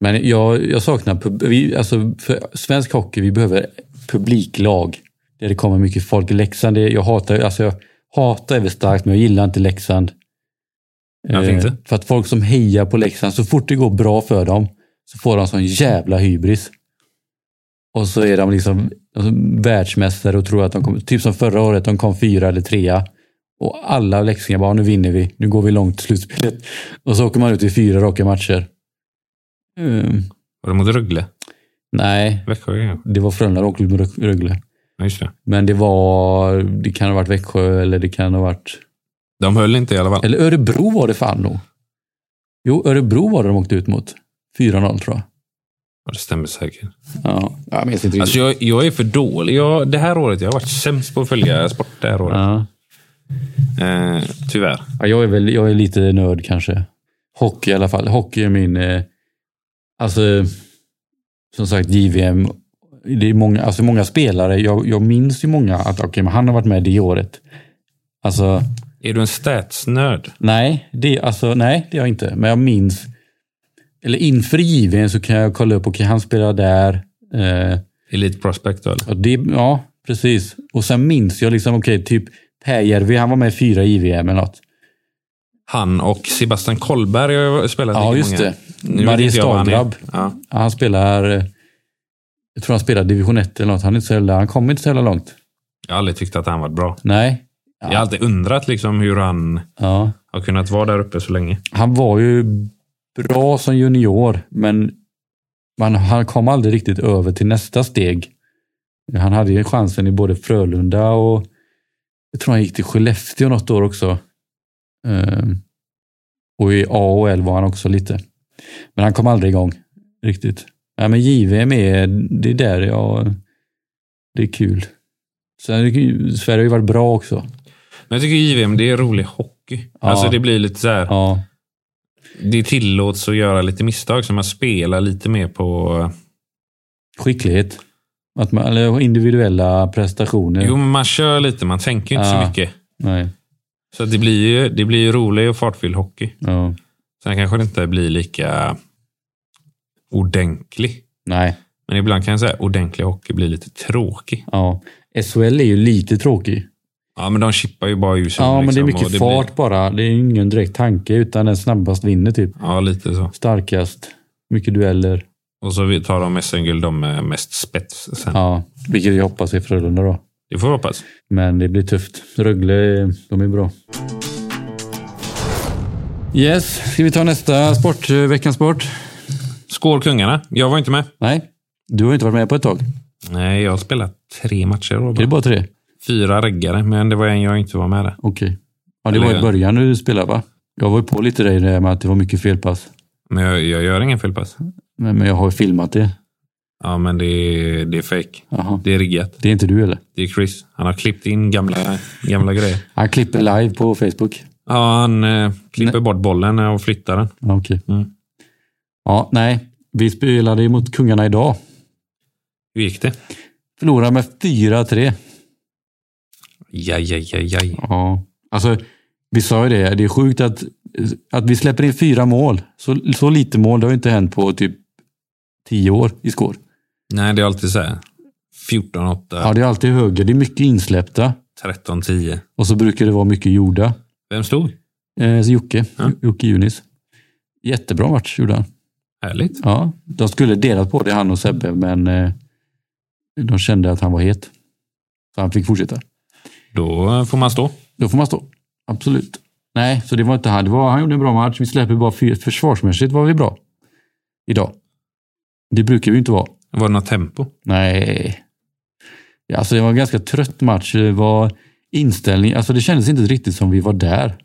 Men jag, jag saknar, pub, vi, alltså för svensk hockey, vi behöver publiklag där det kommer mycket folk. Leksand, det, jag hatar alltså jag hatar är väl starkt, men jag gillar inte Leksand. Varför Eh, inte? För att folk som hejar på Leksand, så fort det går bra för dem, så får de sån jävla hybris. Och så är de liksom alltså, världsmästare och tror att de kommer, typ som förra året, de kom fyra eller trea. Och alla leksingar bara, nu vinner vi, nu går vi långt till slutspelet. Och så åker man ut i fyra raka matcher. Mm. Var det mot Rögle? Nej, Växjö? Ja, det var Frölunda och åkte mot Rögle. Ja, just det. Men det var, det kan ha varit Växjö eller det kan ha varit, De höll inte i alla fall. eller Örebro var det fan nog. Jo, Örebro var det de åkte ut mot. 4-0 tror jag. Ja, det stämmer säkert. Ja, jag minns inte Alltså jag, jag är för dålig. Jag, det här året, jag har varit sämst på att följa Mm. sport det här året. Ja. Eh, tyvärr. Ja, jag är väl jag är lite nörd kanske. Hockey i alla fall. Hockey är min... Eh, alltså, som sagt, JVM. Det är många, alltså många spelare. Jag, jag minns ju många att okej, men han har varit med det året. Alltså, Är du en statsnörd? nej, det, alltså, nej, det är jag inte. Men jag minns... Eller inför JVM så kan jag kolla upp, okej, han spelar där. Eh, Elite prospect då, eller? Ja, det, ja, precis. Och sen minns jag liksom, okej, typ Pääjärvi, han var med i fyra JVM eller något. Han och Sebastian Kollberg har ju spelat Ja, lika just många. det. Nu vet Marie inte jag vad han är. Stagrabb. Ja. Ja, Han spelar... eh, Jag tror han spelar division 1 eller något. Han, är inte så jävla, han kommer inte så jävla långt. Jag har aldrig tyckt att han varit bra. Nej. Jag har alltid undrat liksom hur han Ja. har kunnat vara där uppe så länge. Han var ju bra som junior, men man, han kom aldrig riktigt över till nästa steg. Han hade ju chansen i både Frölunda och jag tror han gick till Skellefteå något år också. Ehm, och i AHL var han också lite. Men han kom aldrig igång riktigt. Nej, men JVM är, det är där jag, det är kul. Sen är det kul- Sverige har ju varit bra också. Men jag tycker JVM, det är rolig hockey. Ja. Alltså det blir lite så här. Ja, Det tillåts att göra lite misstag så man spelar lite mer på... skicklighet. Att man, eller individuella prestationer. Jo, men man kör lite. Man tänker inte Ja. så mycket. Nej. Så att det blir ju, det blir ju rolig och fartfylld hockey. Ja. Sen kanske det inte blir lika ordentlig. Nej. Men ibland kan jag säga att ordentlig hockey blir lite tråkig. Ja. SHL är ju lite tråkig. Ja, men de chippar ju bara ur sig. ja, men det är liksom, och mycket blir- fart bara. Det är ju ingen direkt tanke utan den snabbast vinner typ. Ja, lite så. Starkast. Mycket dueller. Och så vi tar de SM-guld, de med mest spets sen. Ja, vilket jag hoppas är Frölunda då. Det får vi hoppas. Men det blir tufft. Rögle, de är bra. Yes, ska vi ta nästa sport, eh, veckans sport? Skål kungarna. Jag var inte med. Nej, du har ju inte varit med på ett tag. Nej, jag har spelat tre matcher. då Det är bara. bara tre. Fyra reggare, men det var en jag inte var med där. Okej. Ja, det var i Eller- början du spelade va? Jag var ju på lite dig där med att det var mycket felpass. Men jag, jag gör ingen felpass. Men men jag har ju filmat det. Ja, men det är, det är fake. Jaha. Det är riggat. Det är inte du eller? Det är Chris. Han har klippt in gamla, gamla grejer. Han klipper live på Facebook. Ja, han eh, klipper bort bollen och flyttar den. Ja, Okej. Mm. Ja, nej. Vi spelade ju mot Kungarna idag. Hur gick det? Förlorade med 4-3. Jaj, jaj, jaj, jaj. Ja. Alltså, vi sa ju det. Det är sjukt att, att vi släpper in fyra mål. Så, så lite mål, det har ju inte hänt på typ tio år i skår. Nej, det är alltid så här. 14-8, Ja, det är alltid högre. Det är mycket insläppta. 13-10. Och så brukar det vara mycket gjorda. Vem stod? Eh, så Jocke, Ja. Jocke Junis. Jättebra match gjorde han. Härligt. Ja, de skulle delat på det han och Sebbe, men eh, de kände att han var het. Så han fick fortsätta. Då eh, får man stå. Då får man stå. Absolut. Nej, så det var inte han. Det var, han gjorde en bra match. Vi släpper bara fyra. Försvarsmässigt var vi bra. Idag. Det brukar vi inte vara. Var det något tempo? Nej. Ja, Alltså det var en ganska trött match. Det var inställning. Alltså det kändes inte riktigt som vi var där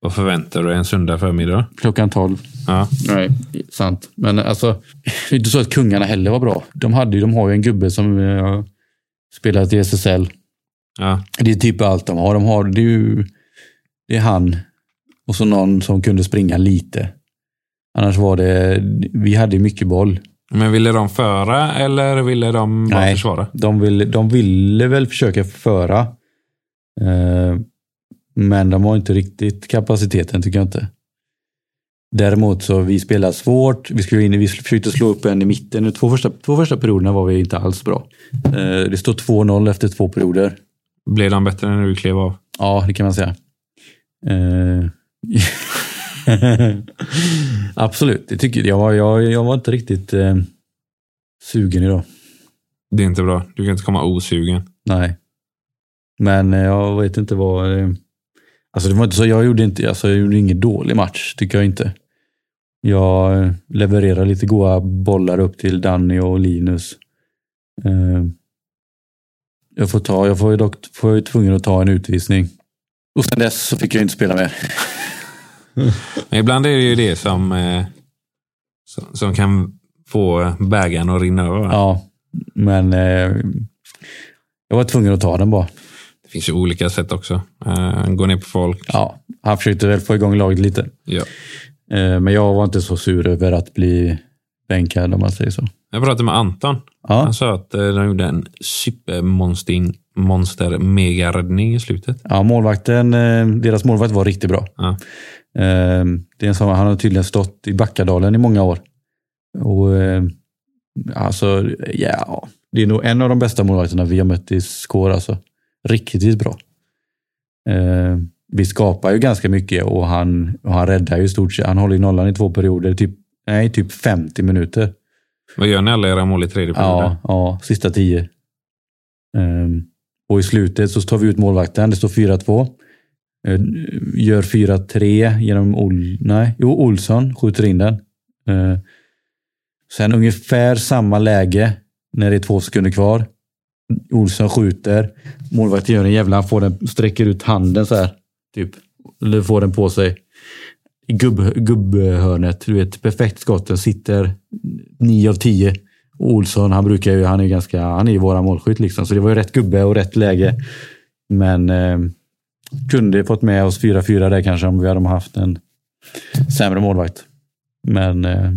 Vad förväntar du dig en söndag förmiddag? klockan 12. Ja. Nej, sant. Men alltså, det är inte så att kungarna heller var bra. De, hade ju, de har ju en gubbe som eh, spelat i SSL. ja. Det är typ allt de har. De har det är ju, det är han och så någon som kunde springa lite. Annars var det, vi hade ju mycket boll. Men ville de föra eller ville de bara försvara? De, vill, de ville väl försöka föra. Eh, men de har inte riktigt kapaciteten tycker jag inte. Däremot så vi spelar svårt. Vi, skulle in, vi försökte slå upp en i mitten. De två första, två första perioderna var vi inte alls bra. Eh, det står 2-0 efter två perioder. Blev de bättre när du klev av? Ja, det kan man säga. Eh, Absolut, det tycker jag. Jag var, jag, jag var inte riktigt eh, sugen idag. Det är inte bra. Du kan inte komma osugen. Nej. Men eh, jag vet inte vad... eh, Alltså det var inte så, jag gjorde inte, alltså jag gjorde ingen dålig match, tycker jag inte. Jag eh, levererade lite goa bollar upp till Danny och Linus. Eh, Jag får ta, jag får ju dock, får jag ju tvungen att ta en utvisning. Och sen dess så fick jag inte spela mer. Men ibland är det ju det som, eh, som, som kan få bägaren att rinna över. Ja, men eh, jag var tvungen att ta den bara. Det finns ju olika sätt också. Eh, gå ner på folk. Ja, han försökte väl få igång laget lite. Ja. Eh, Men jag var inte så sur över att bli bänkad om man säger så. Jag pratade med Anton. Ja, Han sa att eh, de gjorde en supermonster monster mega räddning i slutet. ja målvakten, eh, deras målvakt var riktigt bra. Ja. Eh, Det är en sån, han har tydligen stått i Backadalen i många år. Och eh, alltså, ja. Det är nog en av de bästa målvakterna vi har mött i skår alltså. Riktigt bra. Eh, Vi skapar ju ganska mycket och han, och han räddar ju i stort sett. Han håller ju nollan i två perioder, typ, nej, typ 50 minuter. Vad gör ni alla era mål i tredje perioden? Ja, ja sista tio. Ehm, och i slutet så tar vi ut målvakten. Det står 4-2. Ehm, gör 4-3 genom Ol nej, jo, Olsson. Skjuter in den. Ehm, sen ungefär samma läge när det är två sekunder kvar. Olsson skjuter. Målvakten gör en jävla... Han får den, sträcker ut handen så här. Typ. Eller får den på sig. I gubb, gubbhörnet. Du vet, perfekt skott. Den sitter 9 av 10. Olsson, han brukar ju, han är ju ganska, han är ju våra målskytt liksom. Så det var ju rätt gubbe och rätt läge. Men eh, kunde fått med oss 4-4 där kanske om vi hade haft en sämre målvakt. Men eh,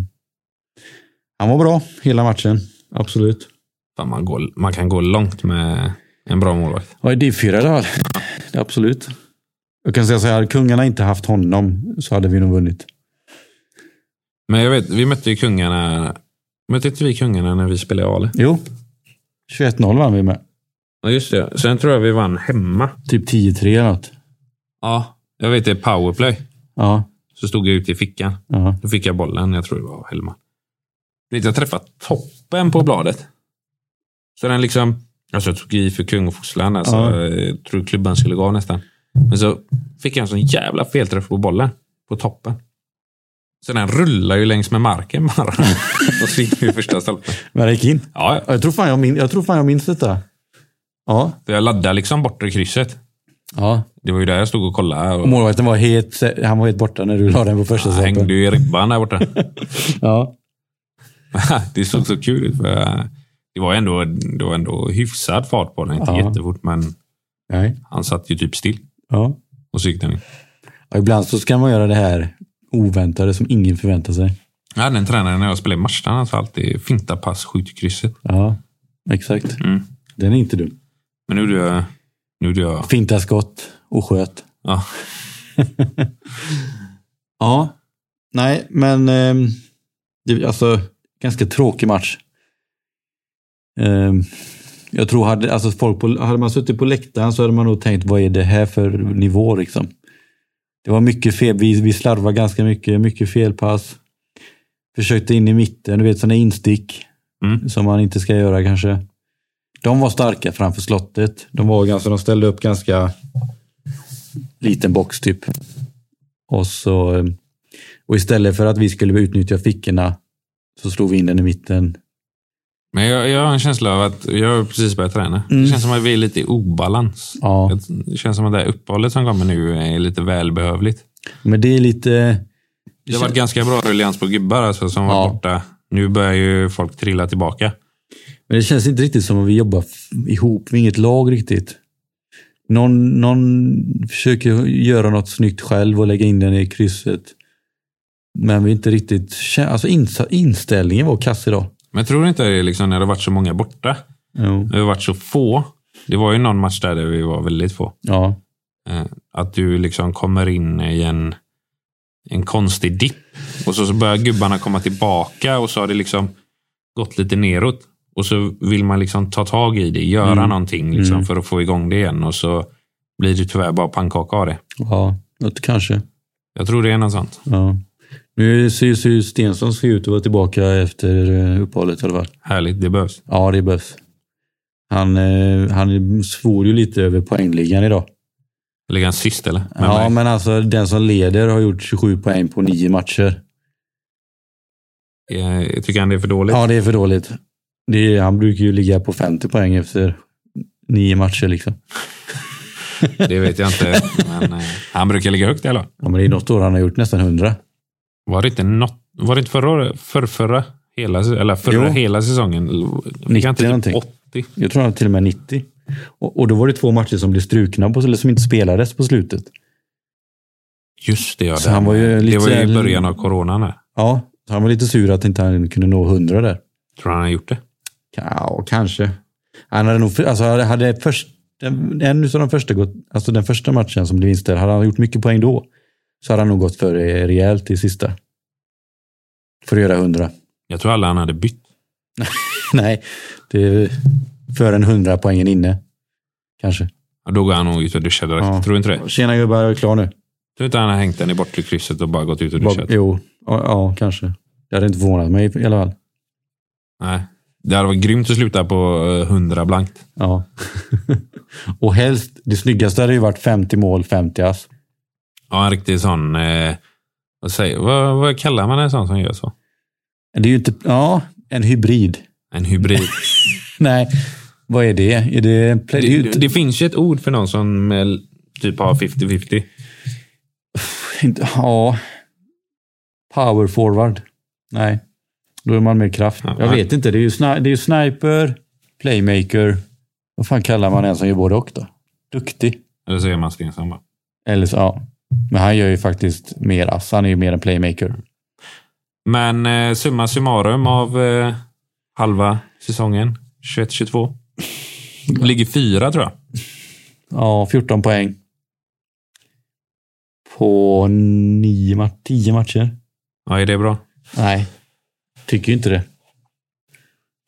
han var bra hela matchen. Absolut. Fan, man, går, man kan gå långt med en bra målvakt. Ja, i div-4 i alla fall. Absolut. Jag kan säga så här, hade kungarna inte haft honom så hade vi nog vunnit. Men jag vet, vi mötte ju kungarna. Mötte inte vi kungarna när vi spelade i Ale? Jo, 21-0 vann vi med. Ja, just det. Sen tror jag vi vann hemma. Typ 10-3 eller något. Ja. Jag vet det, powerplay. Ja, Så stod jag ute i fickan. ja. Då fick jag bollen. Jag tror det var Hellman. Vet, Jag träffade toppen på bladet. Så den liksom... Alltså jag tog i för kung och fosterland. Alltså, Ja. Jag tror klubban skulle gå av nästan. Men så fick jag en sån jävla felträff på bollen. På toppen. Så den rullar ju längs med marken bara. och så gick vi i första stolpen. Men det gick in. Ja, ja. Ja, Jag tror fan jag, min, jag, tror fan jag minns detta. Ja. För jag laddade liksom bortre krysset. ja. Det var ju där jag stod och kollade. Och Målvakten var helt, han var helt borta när du la den på första jag hängde stolpen. ju i ribban där borta. Ja. det såg så kul ut. För eh, det, var ändå, det var ändå hyfsad fart på den. Inte Ja. jättefort, men Nej. han satt ju typ still. Ja. Och så gick den in. Och ibland så ska man göra det här oväntade som ingen förväntar sig. Jag hade en tränare när jag spelade i Marstrand. Han sa alltid finta pass, skjut i krysset. Ja, exakt. Mm. Den är inte dum. Men nu gjorde jag... Nu gjorde jag... Finta skott och sköt. Ja. Ja. Nej, men ehm, det, alltså ganska tråkig match. Ehm, jag tror hade, alltså folk på, hade man suttit på läktaren så hade man nog tänkt vad är det här för nivå liksom. Det var mycket fel, vi, vi slarvade ganska mycket, mycket felpass. Försökte in i mitten, du vet sådana instick Mm. som man inte ska göra kanske. De var starka framför slottet. De, var ganska, de ställde upp ganska liten box typ. Och, så, eh, och istället för att vi skulle utnyttja fickorna så slog vi in den i mitten. Men jag, jag har en känsla av att jag har precis börjat träna. Det känns som att vi är lite i obalans. Mm. Ja. Jag- Det känns som att det här uppehållet som kommer nu är lite välbehövligt. Men det är lite... Det har varit ganska bra ruljans på gubbar alltså, som var Ja. borta. Nu börjar ju folk trilla tillbaka. Men det känns inte riktigt som att vi jobbar f- ihop. Vi är inget lag riktigt. Någon, någon försöker göra något snyggt själv och lägga in den i krysset. Men vi är inte riktigt... kä- Alltså insa- inställningen var kass idag. Men jag tror inte det är liksom när det har varit så många borta. Jo. Det har varit så få. Det var ju någon match där, där vi var väldigt få. Ja. Eh, Att du liksom kommer in i en, en konstig dipp. Och så, så börjar gubbarna komma tillbaka och så har det liksom gått lite neråt. Och så vill man liksom ta tag i det, göra Mm. någonting liksom Mm. för att få igång det igen. Och så blir det tyvärr bara pannkaka av det. Ja, något kanske. Jag tror det är något sånt. Ja. Nu ser ser ju Stensson ser ut att vara tillbaka efter eh, uppehållet i alla fall. Härligt, det behövs. Ja, det behövs. Han, eh, han svor ju lite över poängligan idag. Ligger han sist eller? Men ja, nej. men alltså den som leder har gjort 27 poäng på nio matcher. Eh, Tycker han det är för dåligt? Ja, det är för dåligt. Det är, han brukar ju ligga på 50 poäng efter nio matcher. Liksom. Det vet jag inte. Men, eh, han brukar ligga högt eller? Ja, men det är något år han har gjort nästan 100. Var det inte, något, var det inte förra, året- förrförra, hela, sä- eller förra Jo. hela säsongen? Fick 90 han inte någonting. typ 80? Jag tror han till och med 90. Och, och då var det två matcher som blev strukna, på, eller som inte spelades på slutet. Just det, ja. Så det- han var ju det lite var ju så i här- början av coronan. Här. Ja, så han var lite sur att inte han kunde nå 100 där. Tror han har gjort det? Ja, kanske. Han hade nog, alltså hade först, den- en av de första gått, alltså den första matchen som blev inställd, hade han gjort mycket poäng då så hade han nog gått för det rejält i sista. För att göra 100. Jag tror alla han hade bytt. Nej, det är för en 100 poängen inne. Kanske. Ja, Då går han nog ut och duschar direkt. Ja. Tror du inte det? Tjena gubbar, jag är klar nu. Tror inte han har hängt den i bortre krysset och bara gått ut och Bara- duschat? jo, ja, ja, kanske. Det hade inte förvånat mig i alla fall. Nej. Det hade varit grymt att sluta på eh, 100 blankt. Ja. Och helst, det snyggaste hade ju varit 50 mål, 50 ass. Ja, en riktig sån... Eh, vad, säger, vad, vad kallar man en sån som gör så? Det är ju inte, ja, en hybrid. En hybrid. Nej, vad är det? Är det, en play- det, är ju det, inte- det finns ju ett ord för någon som eh, typ har 50-50. inte, ja. Power forward. Nej, då är man mer kraft. Ja, Jag nej. vet inte, det är ju, sni- det är ju sniper, playmaker. Vad fan kallar man en som gör både och då? Duktig. Eller så är man Stensson bara. Eller så, ja. Men han gör ju faktiskt mer ass. Han är ju mer en playmaker. Men eh, summa summarum av eh, halva säsongen 21-22. Ligger fyra tror jag. Ja, 14 poäng. På nio, ma- tio matcher. Ja, är det bra? Nej, tycker ju inte det.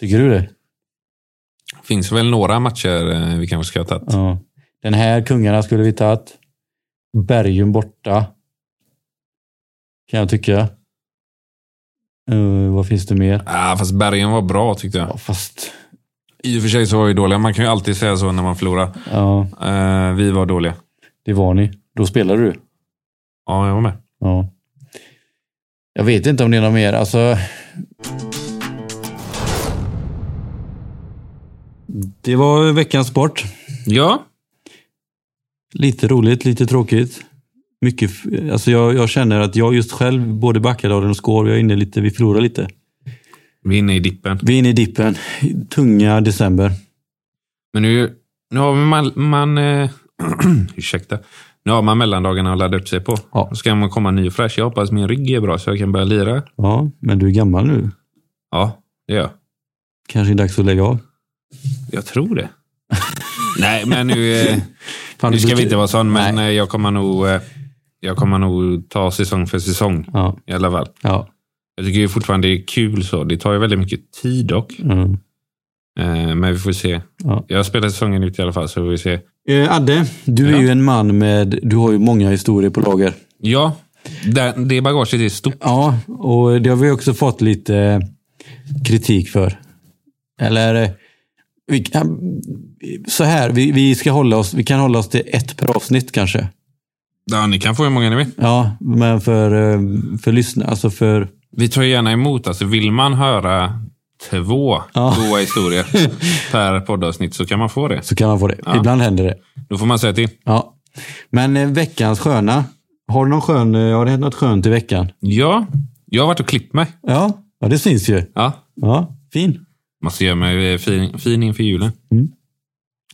Tycker du det? Finns väl några matcher eh, vi kanske ska ha tagit. Ja. Den här kungarna skulle vi tagit. Bergum borta. Kan jag tycka. Eh, vad finns det mer? Ah, fast Bergen var bra tyckte jag. Ja, fast... I och för sig så var vi dåliga. Man kan ju alltid säga så när man förlorar. Ja, Eh, vi var dåliga. det var ni. Då spelade du. Ja, jag var med. Ja. Jag vet inte om det är något mer. Alltså... Det var veckans sport. Ja, Lite roligt, lite tråkigt. Mycket, f- alltså jag, jag känner att jag just själv, både Backadalen och Skår, jag är inne lite, vi förlorar lite. vi är inne i dippen. Vi är inne i dippen. Tunga december. Men nu, nu har man... man eh, ursäkta. Nu har man mellandagarna att ladda upp sig på. Ja. Då ska man komma ny och fräsch. Jag hoppas min rygg är bra så jag kan börja lira. Ja, men du är gammal nu. Ja, det gör jag. Kanske är det dags att lägga av. Jag tror det. Nej, men nu, eh, Fan, nu det ska vi brukar- inte vara sån, men eh, jag kommer, nog, eh, jag kommer nog ta säsong för säsong Ja, i alla fall. ja. Jag tycker ju fortfarande det är kul så. Det tar ju väldigt mycket tid dock. Mm. Eh, Men vi får se. Ja. Jag spelar säsongen ut i alla fall, så vi får se. Eh, Adde, du Ja. är ju en man med, du har ju många historier på lager. Ja, det, det bagaget är stort. Ja, och det har vi också fått lite eh, kritik för. Eller, eh, vi kan, så här, vi, vi, ska hålla oss, vi kan hålla oss till ett per avsnitt kanske. Ja, ni kan få hur många ni vill. Ja, men för, eh, för lyssna, alltså för, Vi tar ju gärna emot. Alltså, vill man höra två Ja. goa historier per poddavsnitt så kan man få det. Så kan man få det. Ibland händer det. Då får man säga till. Ja. Men eh, veckans sköna. Har du någon skön, eh, har det hänt något skönt i veckan? Ja, jag har varit och klippt mig. Ja, ja det syns ju. Ja, Ja, fin. måste göra mig eh, fin, fin inför julen. Mm.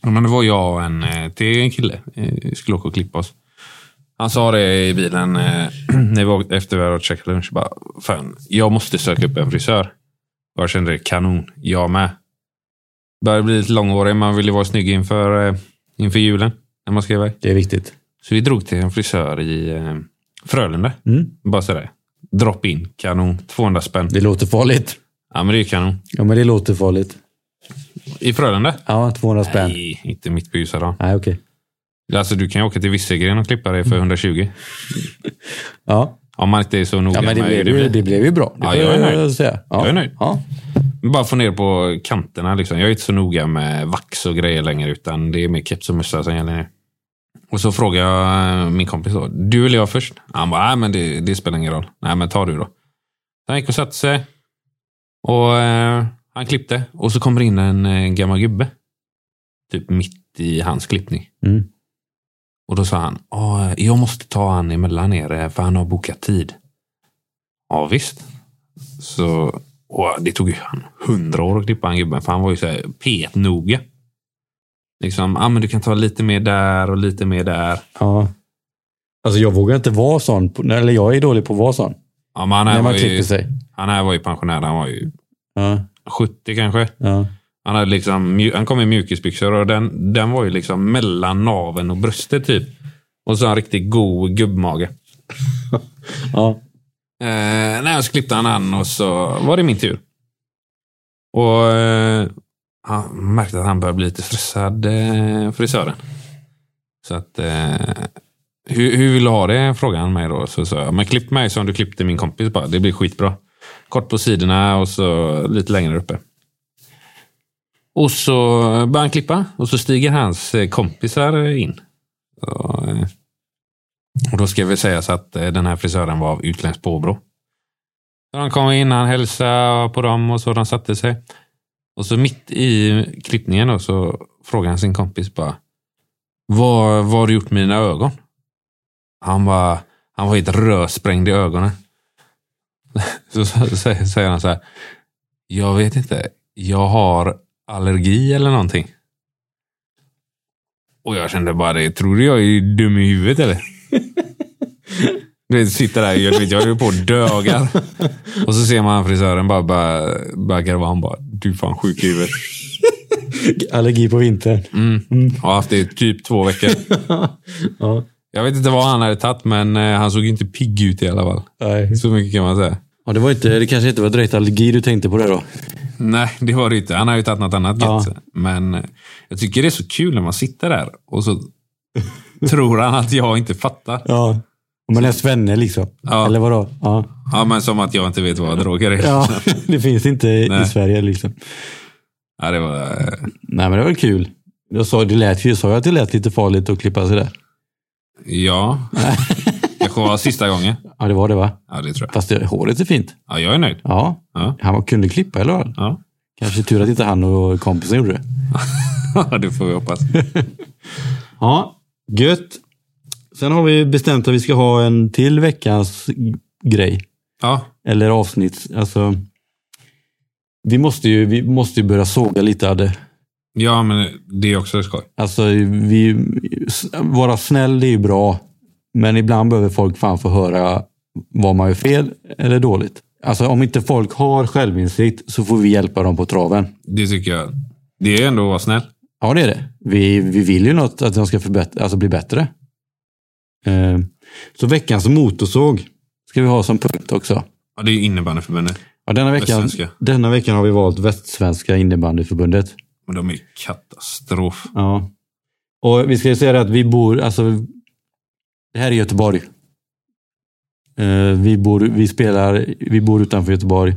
Ja, Men det var jag och en, eh, till en kille. eh, Skulle åka och klippa oss. Han sa det i bilen eh, när vi åkte efter vi hade käkat lunch. Bara, Fan, jag måste söka upp en frisör. Och jag kände det kanon. Jag med. Börjar bli lite långvarig. Man vill ju vara snygg inför, eh, inför julen. När man ska iväg. Det är viktigt. Så vi drog till en frisör i eh, Frölunda. Mm. Bara sådär. Drop in. Kanon. 200 spänn. Det låter farligt. Ja, men det är ju kanon. Ja, men det låter farligt. I Frölunda? Ja, 200 spänn. Nej, Nej, inte mitt på ljusa dagen. okej. Alltså, du kan ju åka till Vissegren och klippa dig Mm. för 120. Ja. Om man inte är så noga ja, men det med hur blev, ju, det blev ju bra. Det Ja, får jag är nöjd. säga. Ja. Jag är nöjd. Ja. Bara få ner på kanterna. Liksom. Jag är inte så noga med vax och grejer längre, utan det är mer keps och mössa som gäller nu. Och så frågar jag eh, min kompis då. Du eller jag först? Han bara, nej men det, det spelar ingen roll. Nej men ta du då. Så han gick och satte sig. Och eh, han klippte. Och så kommer in en eh, gammal gubbe. Typ mitt i hans klippning. Mm. Och då sa han, "Ja, jag måste ta han emellan er eh, för han har bokat tid. Ja visst. Så och det tog ju han hundra år att klippa han gubben för han var ju så här petnoga. Liksom, ah, men du kan ta lite mer där och lite mer där. ja. Alltså jag vågar inte vara sån. på- Eller jag är dålig på att vara sån. Ja, men han, här när man var klipper ju, sig. han här var ju pensionär, han var ju Ja, 70 kanske. ja. Han, hade liksom, mju- han kom i mjukisbyxor och den, den var ju liksom mellan naven och bröstet typ. Och så en riktigt god gubbmage. ja. Eh, nej, så klippte han an och så var det min tur. Och eh, han märkte att han började bli lite stressad, eh, frisören. Så att, eh, hur, hur vill du ha det? frågade han mig då. Så sa jag, men klipp mig som du klippte min kompis bara. Det blir skitbra. Kort på sidorna och så lite längre uppe. Och så börjar han klippa och så stiger hans eh, kompisar in. Så, eh, och då ska vi säga så att eh, den här frisören var av utländskt påbrå. Så han kom in, han hälsade på dem och så de satte sig. Och så mitt i klippningen då, så frågade han sin kompis bara. Vad, vad har du gjort med dina ögon? Han var, han var helt rödsprängd i ögonen. Så, så, sä- säger han så här. Jag vet inte. Jag har allergi eller någonting. Och jag kände bara det. Tror du jag är dum i huvudet eller? Du vet, sitter där, jag, vet, jag är på att dö av garv. Och så ser man frisören bara börja börja garva. Han bara, du är fan sjuk i huvudet. Allergi på vintern. Mm. Har haft det i typ två veckor. ja. Jag vet inte vad han hade tagit, men eh, han såg ju inte pigg ut i alla fall. Nej. Så mycket kan man säga. Ja, det, var inte, det kanske inte var direkt allergi du tänkte på det då? Nej, det var det inte. Han har ju tagit något annat Ja. gött. Men eh, jag tycker det är så kul när man sitter där och så tror han att jag inte fattar. Ja. Om man är svenne liksom. Ja. Eller vadå? Ja. Ja, men som att jag inte vet vad droger är. ja, det finns inte i Nej. Sverige liksom. Ja, det var... eh, Nej, men det var kul. Jag sa, det lät, ju- jag sa ju att det lät lite farligt att klippa sig där. Ja. Kanske var sista gången. Ja, det var det va? Ja, det tror jag. Fast det, håret är fint. Ja, jag är nöjd. Ja, Ja. han var, kunde klippa eller vad? Ja. Kanske tur att inte han och kompisen gjorde det. det får vi hoppas. Ja, gött. Sen har vi bestämt att vi ska ha en till veckans grej. Ja, Eller avsnitt. Alltså, vi måste ju, vi måste ju börja såga lite av det. ja men det är också skoj. Alltså, vi, vara snäll det är ju bra, men ibland behöver folk fan få höra vad man gör fel eller dåligt. Alltså om inte folk har självinsikt så får vi hjälpa dem på traven. Det tycker jag. Det är ändå att vara snäll. Ja, det är det. Vi, vi vill ju något att de ska förbättra, alltså bli bättre. Eh, Så veckans motorsåg ska vi ha som punkt också. Ja, det är innebandyförbundet. Ja, denna, veckan, Västsvenska. denna veckan har vi valt Västsvenska innebandyförbundet. Men de är katastrof. Ja. Och vi ska ju säga det att vi bor, alltså det här är Göteborg. Eh, vi, bor, vi spelar, vi bor utanför Göteborg.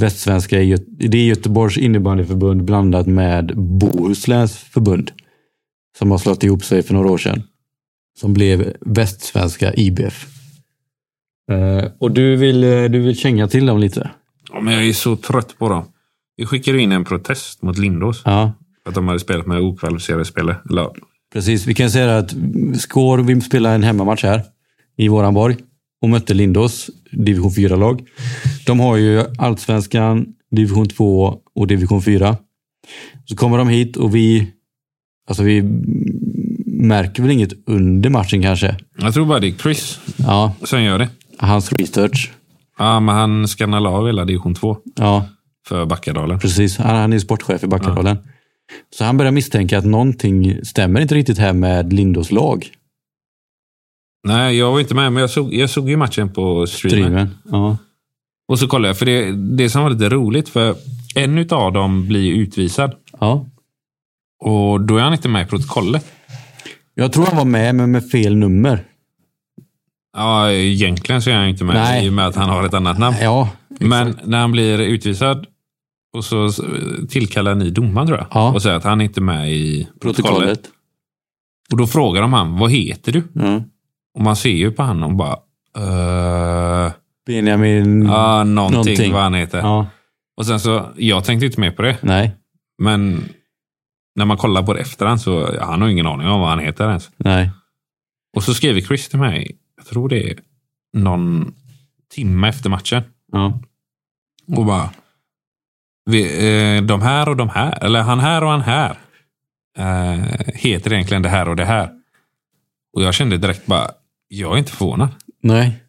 Västsvenska är, Göte- det är Göteborgs innebandyförbund blandat med Bohusläns förbund. Som har slått ihop sig för några år sedan. Som blev Västsvenska IBF. Eh, och du vill, eh, du vill känga till dem lite? Ja, men jag är så trött på dem. Vi skickade in en protest mot Lindås. Ja. För att de hade spelat med okvalificerade spelare. Eller, Precis, vi kan säga att Skår vi spelade en hemmamatch här i våran borg och mötte Lindås, division 4-lag. De har ju Allsvenskan, division 2 och division 4. Så kommer de hit och vi, alltså vi märker väl inget under matchen kanske. jag tror bara det är Chris Ja, som gör det. hans research. Ja, men han skannade av hela division 2 Ja, för Backadalen. precis. Han, han är ju sportchef i Backadalen. Så han börjar misstänka att någonting stämmer inte riktigt här med Lindås lag. Nej, jag var inte med, men jag såg, jag såg ju matchen på streamen. Driven. Ja. Och så kollade jag, för det, det som var lite roligt, för en utav dem blir utvisad. ja. Och då är han inte med i protokollet. Jag tror han var med, men med fel nummer. Ja, egentligen så är han inte med Nej. i och med att han har ett annat namn. Ja, Men när han blir utvisad och så s- tillkallar ni domaren tror jag. Ja. Och säger att han är inte med i protokollet. protokollet. Och då frågar de han, vad heter du? Ja. Och man ser ju på honom bara, uh, Benjamin... ah, Mm. någonting, Någonting. vad han heter. Ja, Och sen så, jag tänkte inte mer på det. Nej, Men när man kollar på det efterhand så, ja, han har ingen aning om vad han heter ens. nej. Och så skriver Chris till mig, jag tror det är någon timme efter matchen. Ja. Och bara, vi, eh, de här och de här, eller han här och han här. Eh, heter egentligen det här och det här. Och jag kände direkt bara, jag är inte förvånad. Nej.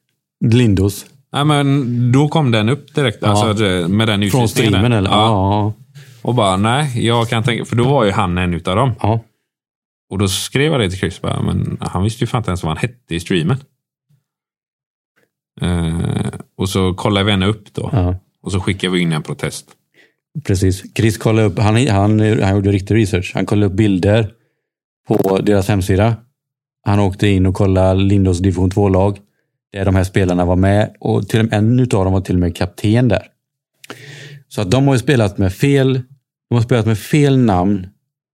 Lindos. Nej, men då kom den upp direkt, Ja. alltså det- med den Från utvisningen. streamen där. eller? Ja. Ja. Och bara, nej, jag kan tänka, för då var ju han en utav dem. ja. Och då skrev jag det till Chris, bara, men han visste ju fan inte ens vad han hette i streamen. Eh, och så kollade vi henne upp då. ja. Och så skickade vi in en protest. Precis. Chris kollade upp, han, han, han gjorde riktig research. Han kollade upp bilder på deras hemsida. Han åkte in och kollade Lindos division 2-lag. Där de här spelarna var med och till och med, en utav dem var till och med kapten där. Så att de har ju spelat med fel, de har spelat med fel namn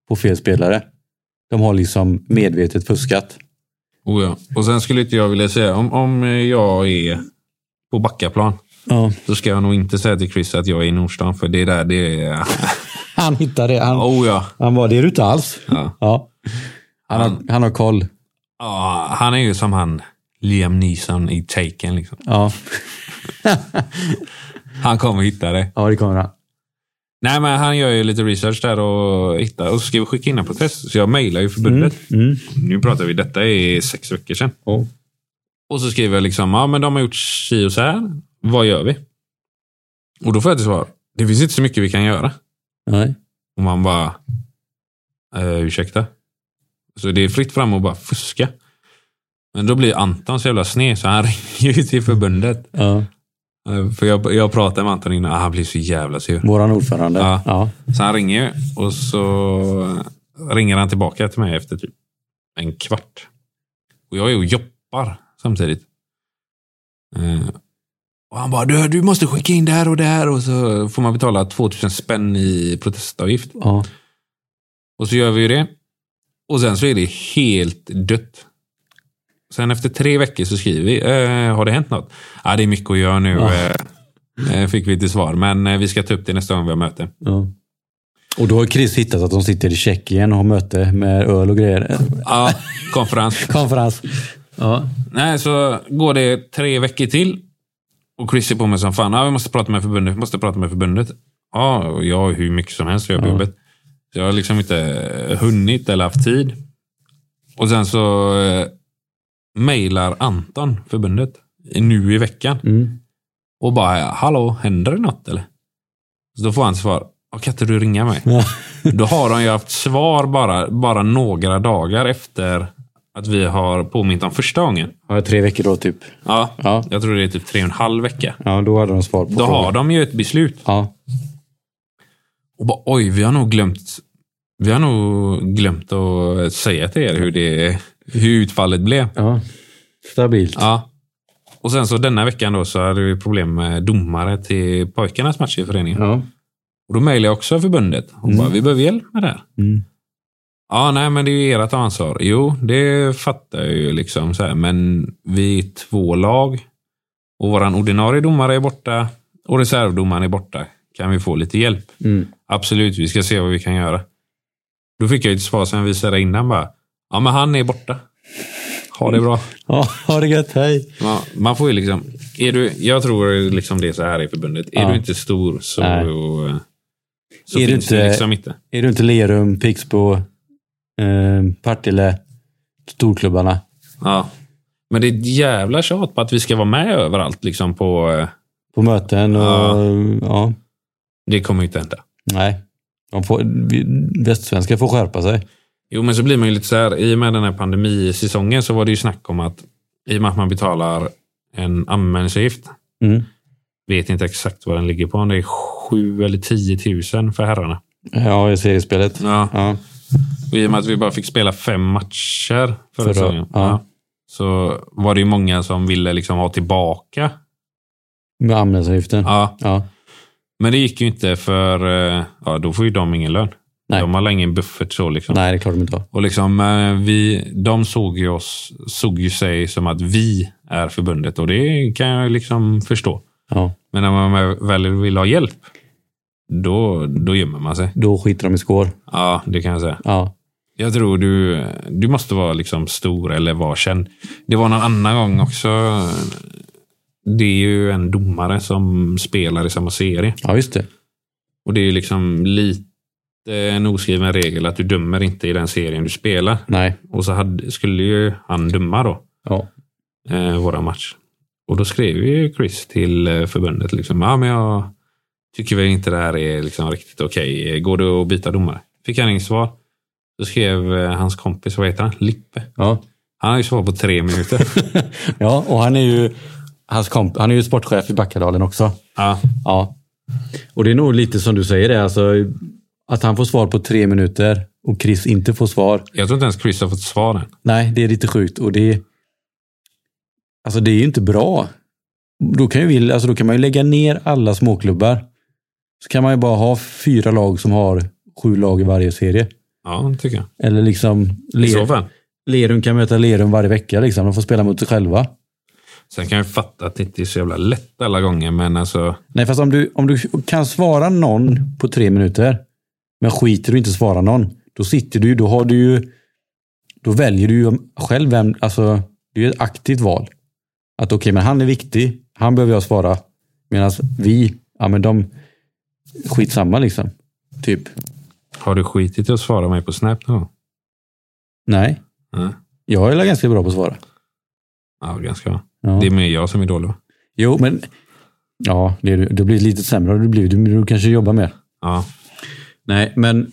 på fel spelare. De har liksom medvetet fuskat. Oh ja. Och sen skulle inte jag vilja säga, om, om jag är på Backaplan, Ja. så ska jag nog inte säga till Chris att jag är i Nordstan, för det är där det är... Han hittade det. Han, Oh ja. han var det är du inte alls. ja. Ja. Han, har, han har koll. ja han är ju som han Liam Neeson i Taken. Liksom. Ja, Han kommer hitta det. ja det kommer han. Nej, men han gör ju lite research där och hittar och så ska vi skicka in en protest. Så jag mejlar ju förbundet. Mm. Nu pratar vi, detta är sex veckor sedan. Oh. Och så skriver jag liksom, ja men de har gjort si och så här. Vad gör vi? Och då får jag till svar, det finns inte så mycket vi kan göra. Nej. Och man bara, eh, ursäkta? Så det är fritt fram och bara fuska. Men då blir Anton så jävla sned så han ringer ju till förbundet. Ja. Eh, För jag, jag pratade med Anton innan, ah, han blir så jävla sur. Våran ordförande. Ja. Ja. Så han ringer ju och så ringer han tillbaka till mig efter typ en kvart. Och jag är och jobbar samtidigt. Eh, Och han bara, du, du måste skicka in det här och det här och så får man betala 2000 spänn i protestavgift. Ja. Och så gör vi ju det. Och sen så är det helt dött. Sen efter tre veckor så skriver vi, eh, har det hänt något? Ja, det är mycket att göra nu. Ja. eh, Eh, fick vi till svar, men eh, vi ska ta upp det nästa gång vi har möte. Ja. Och då har Chris hittat att de sitter i Tjeckien och har möte med öl och grejer. Ja, konferens. Konferens. Ja. Nej, så går det tre veckor till. Och Chris är på mig som fan, ja, vi måste prata med förbundet, vi måste prata med förbundet. Ja, och jag har hur mycket som helst att göra på Ja. jobbet. Så jag har liksom inte hunnit eller haft tid. Och sen så eh, mejlar Anton förbundet nu i veckan Mm. och bara, hallå, händer det något eller? Så då får han svar, "Ja, kan inte du ringa mig? Ja. Då har de ju haft svar bara, bara några dagar efter att vi har påmint om första gången. Har jag tre veckor då typ? Ja, Ja. jag tror det är typ tre och en halv vecka. Ja, då hade de svar på Då har frågan. de ju ett beslut. Ja. Och bara, oj, vi har nog glömt vi har nog glömt att säga till er hur, det, hur utfallet blev. ja. Stabilt. Ja. Och sen så denna veckan då så hade vi problem med domare till pojkarnas match i föreningen. Ja. Och då mejlade jag också förbundet. Hon bara, vi behöver hjälp med det här. Mm. Ja, nej, men det är ju ert ansvar. Jo, det fattar jag ju liksom så här, men vi är två lag och våran ordinarie domare är borta och reservdomaren är borta. Kan vi få lite hjälp? Mm. Absolut, vi ska se vad vi kan göra. Då fick jag ju ett svar som jag visade innan bara. Ja, men han är borta. Ha det bra. Ja, ha det gött, hej. Man, man får ju liksom... Är du, jag tror liksom det är så här i förbundet. Är Ja. du inte stor så, eh, Nej. så Är du finns du inte- liksom inte. Är du inte Lerum, Pixbo, eh, Partille, storklubbarna? Ja. Men det är ett jävla tjat på att vi ska vara med överallt. Liksom på, eh, På möten och Ja. ja. det kommer ju inte hända. Nej. De får, vi- västsvenskar får skärpa sig. Jo, men så blir man ju lite så här. I och med den här pandemisäsongen så var det ju snack om att i och med att man betalar en anmälningsavgift. Mm. Vet inte exakt vad den ligger på. Om det är 7 eller 10 tusen för herrarna. Ja, i seriespelet. Ja. Ja. Och I och med att vi bara fick spela fem matcher förra Förra, säsongen. ja. Ja. Så var det ju många som ville liksom ha tillbaka. Med anmälningsavgiften. Ja. Ja. Men det gick ju inte för eh, ja, då får ju de ingen lön. Nej. De har ingen buffert så liksom. Nej, det är klart de inte har. Och liksom, eh, vi, de såg ju, oss, såg ju sig som att vi är förbundet och det kan jag ju liksom förstå. Ja. Men när man väl vill ha hjälp, då, då gömmer man sig. Då skiter de i skår. Ja, det kan jag säga. Ja. Jag tror du, du måste vara liksom stor eller vara känd. Det var någon annan gång också. Det är ju en domare som spelar i samma serie. ja, just det. Och det är ju liksom lite en oskriven regel att du dömer inte i den serien du spelar. Nej. Och så hade, skulle ju han döma då, Ja. eh, våra match. Och då skrev ju Chris till eh, förbundet liksom, ja men jag tycker väl inte det här är liksom riktigt okej. Går det att byta domare? Fick han inget svar. Då skrev eh, hans kompis, vad heter han? Lippe. Ja. Han har ju svar på tre minuter. ja, och han är ju hans komp- han är ju sportchef i Backadalen också. ja. Ja. Och det är nog lite som du säger det, alltså, att han får svar på tre minuter och Chris inte får svar. Jag tror inte ens Chris har fått svar än. Nej, det är lite sjukt och det, alltså, det är ju inte bra. Då kan, ju vi, alltså, då kan man ju lägga ner alla småklubbar. Så kan man ju bara ha fyra lag som har sju lag i varje serie. Ja, det tycker jag. Eller liksom I så Ler, fall. Lerum kan möta Lerum varje vecka. Liksom. De får spela mot sig själva. Sen kan jag fatta att det inte är så jävla lätt alla gånger, men alltså. Nej, fast om du, om du kan svara någon på tre minuter, men skiter du inte svara någon, då sitter du ju- då har du ju, då väljer du ju själv vem, alltså det är ju ett aktivt val. Att okej, men han är viktig, han behöver jag svara. Medan vi, ja men de, skitsamma liksom. Typ. Har du skitit i att svara mig på Snap någon gång? Nej, Nej. jag är väl ganska bra på att svara. Ja, ganska bra. Ja. Det är mer jag som är dålig va? Jo, men ja, det, är du. du blir lite sämre, du, blir, du, du kanske jobbar mer. Ja. Nej, men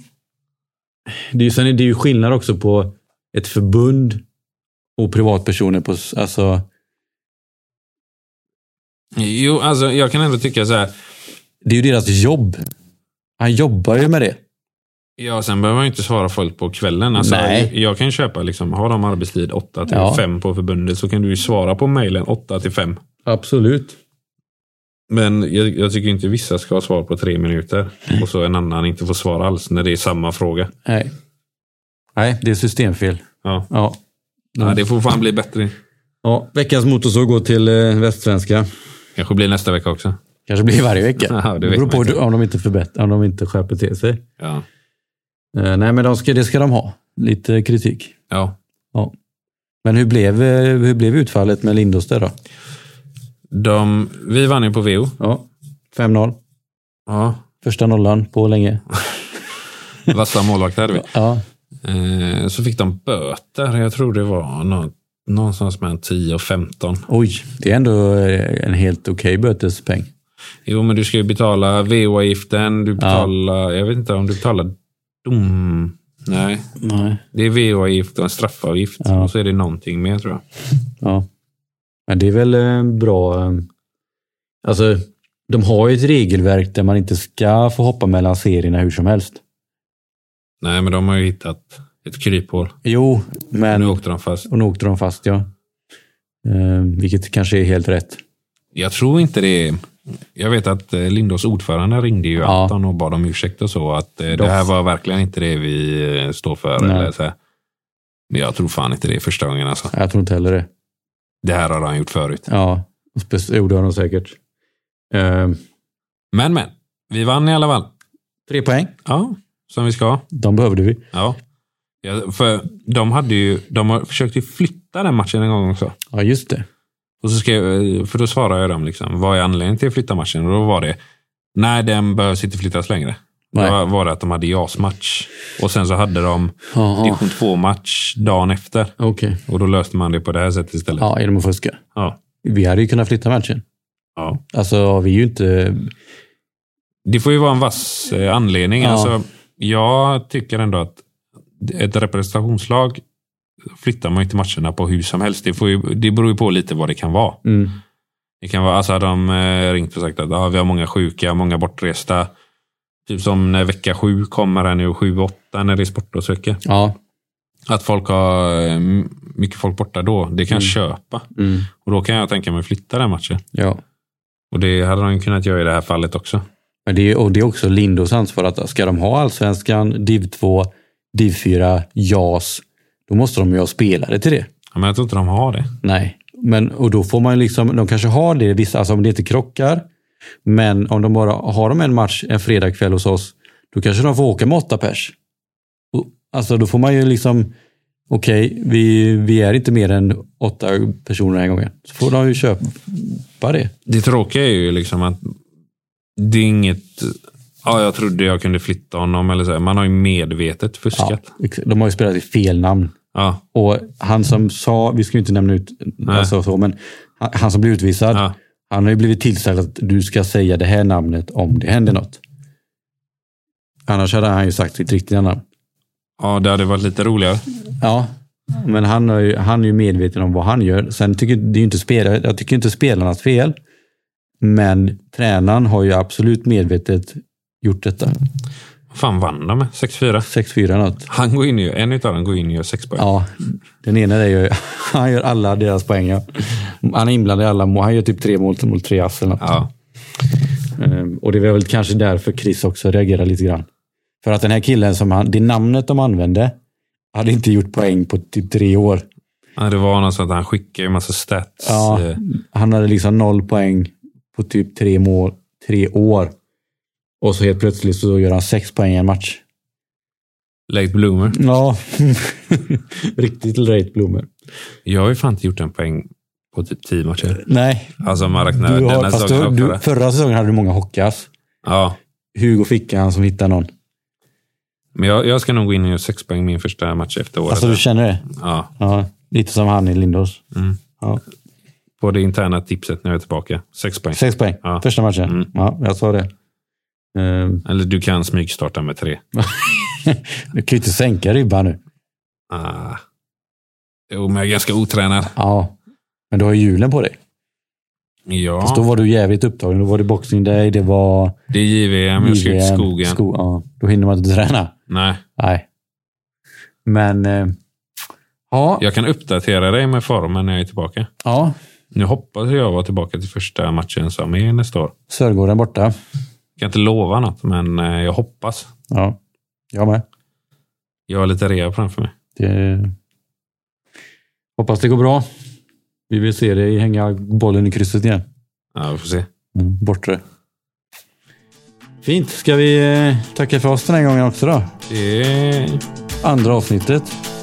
det är ju, sen är det ju skillnad också på ett förbund och privatpersoner. På, s- alltså, Jo, alltså jag kan ändå tycka så här. det är ju deras jobb. Han jobbar ju med det. Ja, sen behöver man ju inte svara folk på kvällen. Alltså, Nej. Jag, jag kan ju köpa, liksom, har de arbetstid 8 till Ja. 5 på förbundet så kan du ju svara på mejlen 8 till 5. Absolut. Men jag, jag tycker inte vissa ska ha svar på tre minuter och så en annan inte får svar alls när det är samma fråga. Nej. Nej, det är systemfel. Ja. Ja. Ja, det får fan bli bättre. ja veckans motorsåg går till eh, Västsvenska. Kanske blir nästa vecka också. Kanske blir varje vecka. Ja, det det vet beror man på inte. om de inte, förbättrar, om de inte skärper till sig. Ja. Eh, nej, men de ska, det ska de ha. Lite kritik. Ja. Men hur blev, eh, hur blev utfallet med Lindos där då? De, vi vann ju på VO. Ja. 5-0. Ja. Första nollan på länge. Vassa målvakter hade vi. Ja. Eh, så fick de böter. Jag tror det var nå, någonstans mellan 10 och 15. Oj, det är ändå eh, en helt okej bötespeng. Jo, men du ska ju betala VO-avgiften. Du betalar, jag vet inte om du betalar dom... Nej, Nej. det är VO-avgift och en straffavgift. Ja. Och så är det någonting mer tror jag. Ja. Men det är väl eh, bra. eh, Alltså, de har ju ett regelverk där man inte ska få hoppa mellan serierna hur som helst. Nej, men de har ju hittat ett kryphål. Jo, Nu men... åkte de fast. Och nu åkte de fast, ja. Eh, vilket kanske är helt rätt. Jag tror inte det är... Jag vet att eh, Lindos ordförande ringde ju Ja. Anton och bad om ursäkt och så. Att eh, det här var verkligen inte det vi eh, står för. Nej. Eller så här. Men jag tror fan inte det är första gången alltså. Jag tror inte heller det. Det här har han gjort förut. Ja, och spec- jo, det har de säkert. Eh, Men, men. Vi vann i alla fall. Tre poäng. Ja, som vi ska. De behövde vi. Ja. Ja, för de hade ju, de har försökt ju flytta den matchen en gång också. Ja, just det. Och så skrev, för då svarade jag dem, liksom, vad är anledningen till att flytta matchen? Och då var det, nej den behövs inte flyttas längre. Nej. Det var, var det att de hade JAS-match. Och sen så hade de Ja, ja. division 2-match dagen efter. Okej. Och då löste man det på det här sättet istället. Ja, genom att fuska. Ja. Vi hade ju kunnat flytta matchen. Ja. Alltså, vi är ju inte... Det får ju vara en vass eh, anledning. Ja. Alltså, jag tycker ändå att ett representationslag flyttar man ju inte matcherna på hur som helst. Det, får ju, det beror ju på lite vad det kan vara. Mm. Det kan vara, alltså hade de eh, ringt och sagt att ah, vi har många sjuka, många bortresta. Typ som när vecka sju kommer här nu, sju, åtta när det är sportlovsvecka. Ja. Att folk har eh, m- mycket folk borta då, det kan jag köpa. Mm. Och då kan jag tänka mig att flytta den matchen. Ja. Och det hade de kunnat göra i det här fallet också. Men det är, och det är också Lindos ansvar att ska de ha allsvenskan, div 2, div 4, JAS, då måste de ju ha spelare till det. Ja, Men jag tror inte de har det. Nej. Men, och då får man ju liksom, de kanske har det, vissa, alltså om det inte krockar, men om de bara har de en match en fredagkväll hos oss, då kanske de får åka med åtta pers. Och, alltså då får man ju liksom, okej, vi, vi är inte mer än åtta personer den här gången. Så får de ju köpa det. Det tråkiga är ju liksom att det är inget... Ja, jag trodde jag kunde flytta honom eller så. här. Man har ju medvetet Ja, fuskat. ex- de har ju spelat i fel namn. Ja, Och han som sa, vi ska ju inte nämna ut, alltså så, men han, han som blev utvisad, ja. han har ju blivit tillsagd att du ska säga det här namnet om det händer något. Annars hade han ju sagt sitt riktiga namn. ja, det hade varit lite roligare. Ja, men han, har ju, han är ju medveten om vad han gör. Sen tycker det är ju inte spelare, jag tycker inte spelarnas fel, men tränaren har ju absolut medvetet gjort detta. Vad fan vann de med? 6-4? 6-4 något. Han går in ju, en utav dem går in och gör sex poäng. Ja, den ena är ju, han gör alla deras poäng. Ja. Han är inblandad i alla mål. Han gör typ tre mål mot tre ass eller något. Ja. Ehm, Och det var väl kanske därför Chris också reagerade lite grann. För att den här killen, som han, det namnet de använde, hade inte gjort poäng på typ tre år. Ja, Det var något sånt att han skickade en massa stats. Ja, eh, han hade liksom noll poäng på typ tre mål, tre år. Och så helt plötsligt så gör han sex poäng i en match. Late bloomer. Ja, riktigt late bloomer. Jag har ju fan inte gjort en poäng på typ 10 matcher. Nej, Alltså om man du räknar har, denna fast säsongen du, och du, förra. förra säsongen hade du många hockeyass. Ja, Hugo Fickan som hittar någon. men jag, jag ska nog gå in och göra sex poäng min första match efter året. Alltså du känner det? ja. Ja, lite som han i Lindos. Mm. Ja. På det interna tipset när jag är tillbaka. Sex poäng. Sex poäng, Ja. första matchen. Mm. Ja, jag sa det. Ehm, Eller du kan smygstarta med tre. du kan ju inte sänka ribban nu. Ah. Jo, men jag är ganska otränad. Ja, men du har ju hjulen på dig. Fast då Ja, var du jävligt upptagen. Då var det boxing day, det var... det är JVM. Jag ska ut i IVM, skogen. Sko, ja. Då hinner man inte träna. Nej, Nej. Men... Eh, ja, ja. jag kan uppdatera dig med formen när jag är tillbaka. Nu hoppas jag vara tillbaka till första matchen som är nästa år. Sörgården borta. Jag kan inte lova något, men eh, jag hoppas. Ja, jag med. Jag har lite rea framför mig. Det... Hoppas det går bra. Vi vill se dig hänga bollen i krysset igen. Ja, vi får se. Mm, bortre. Fint. Ska vi eh, tacka för oss den här gången också då? Det är... Andra avsnittet.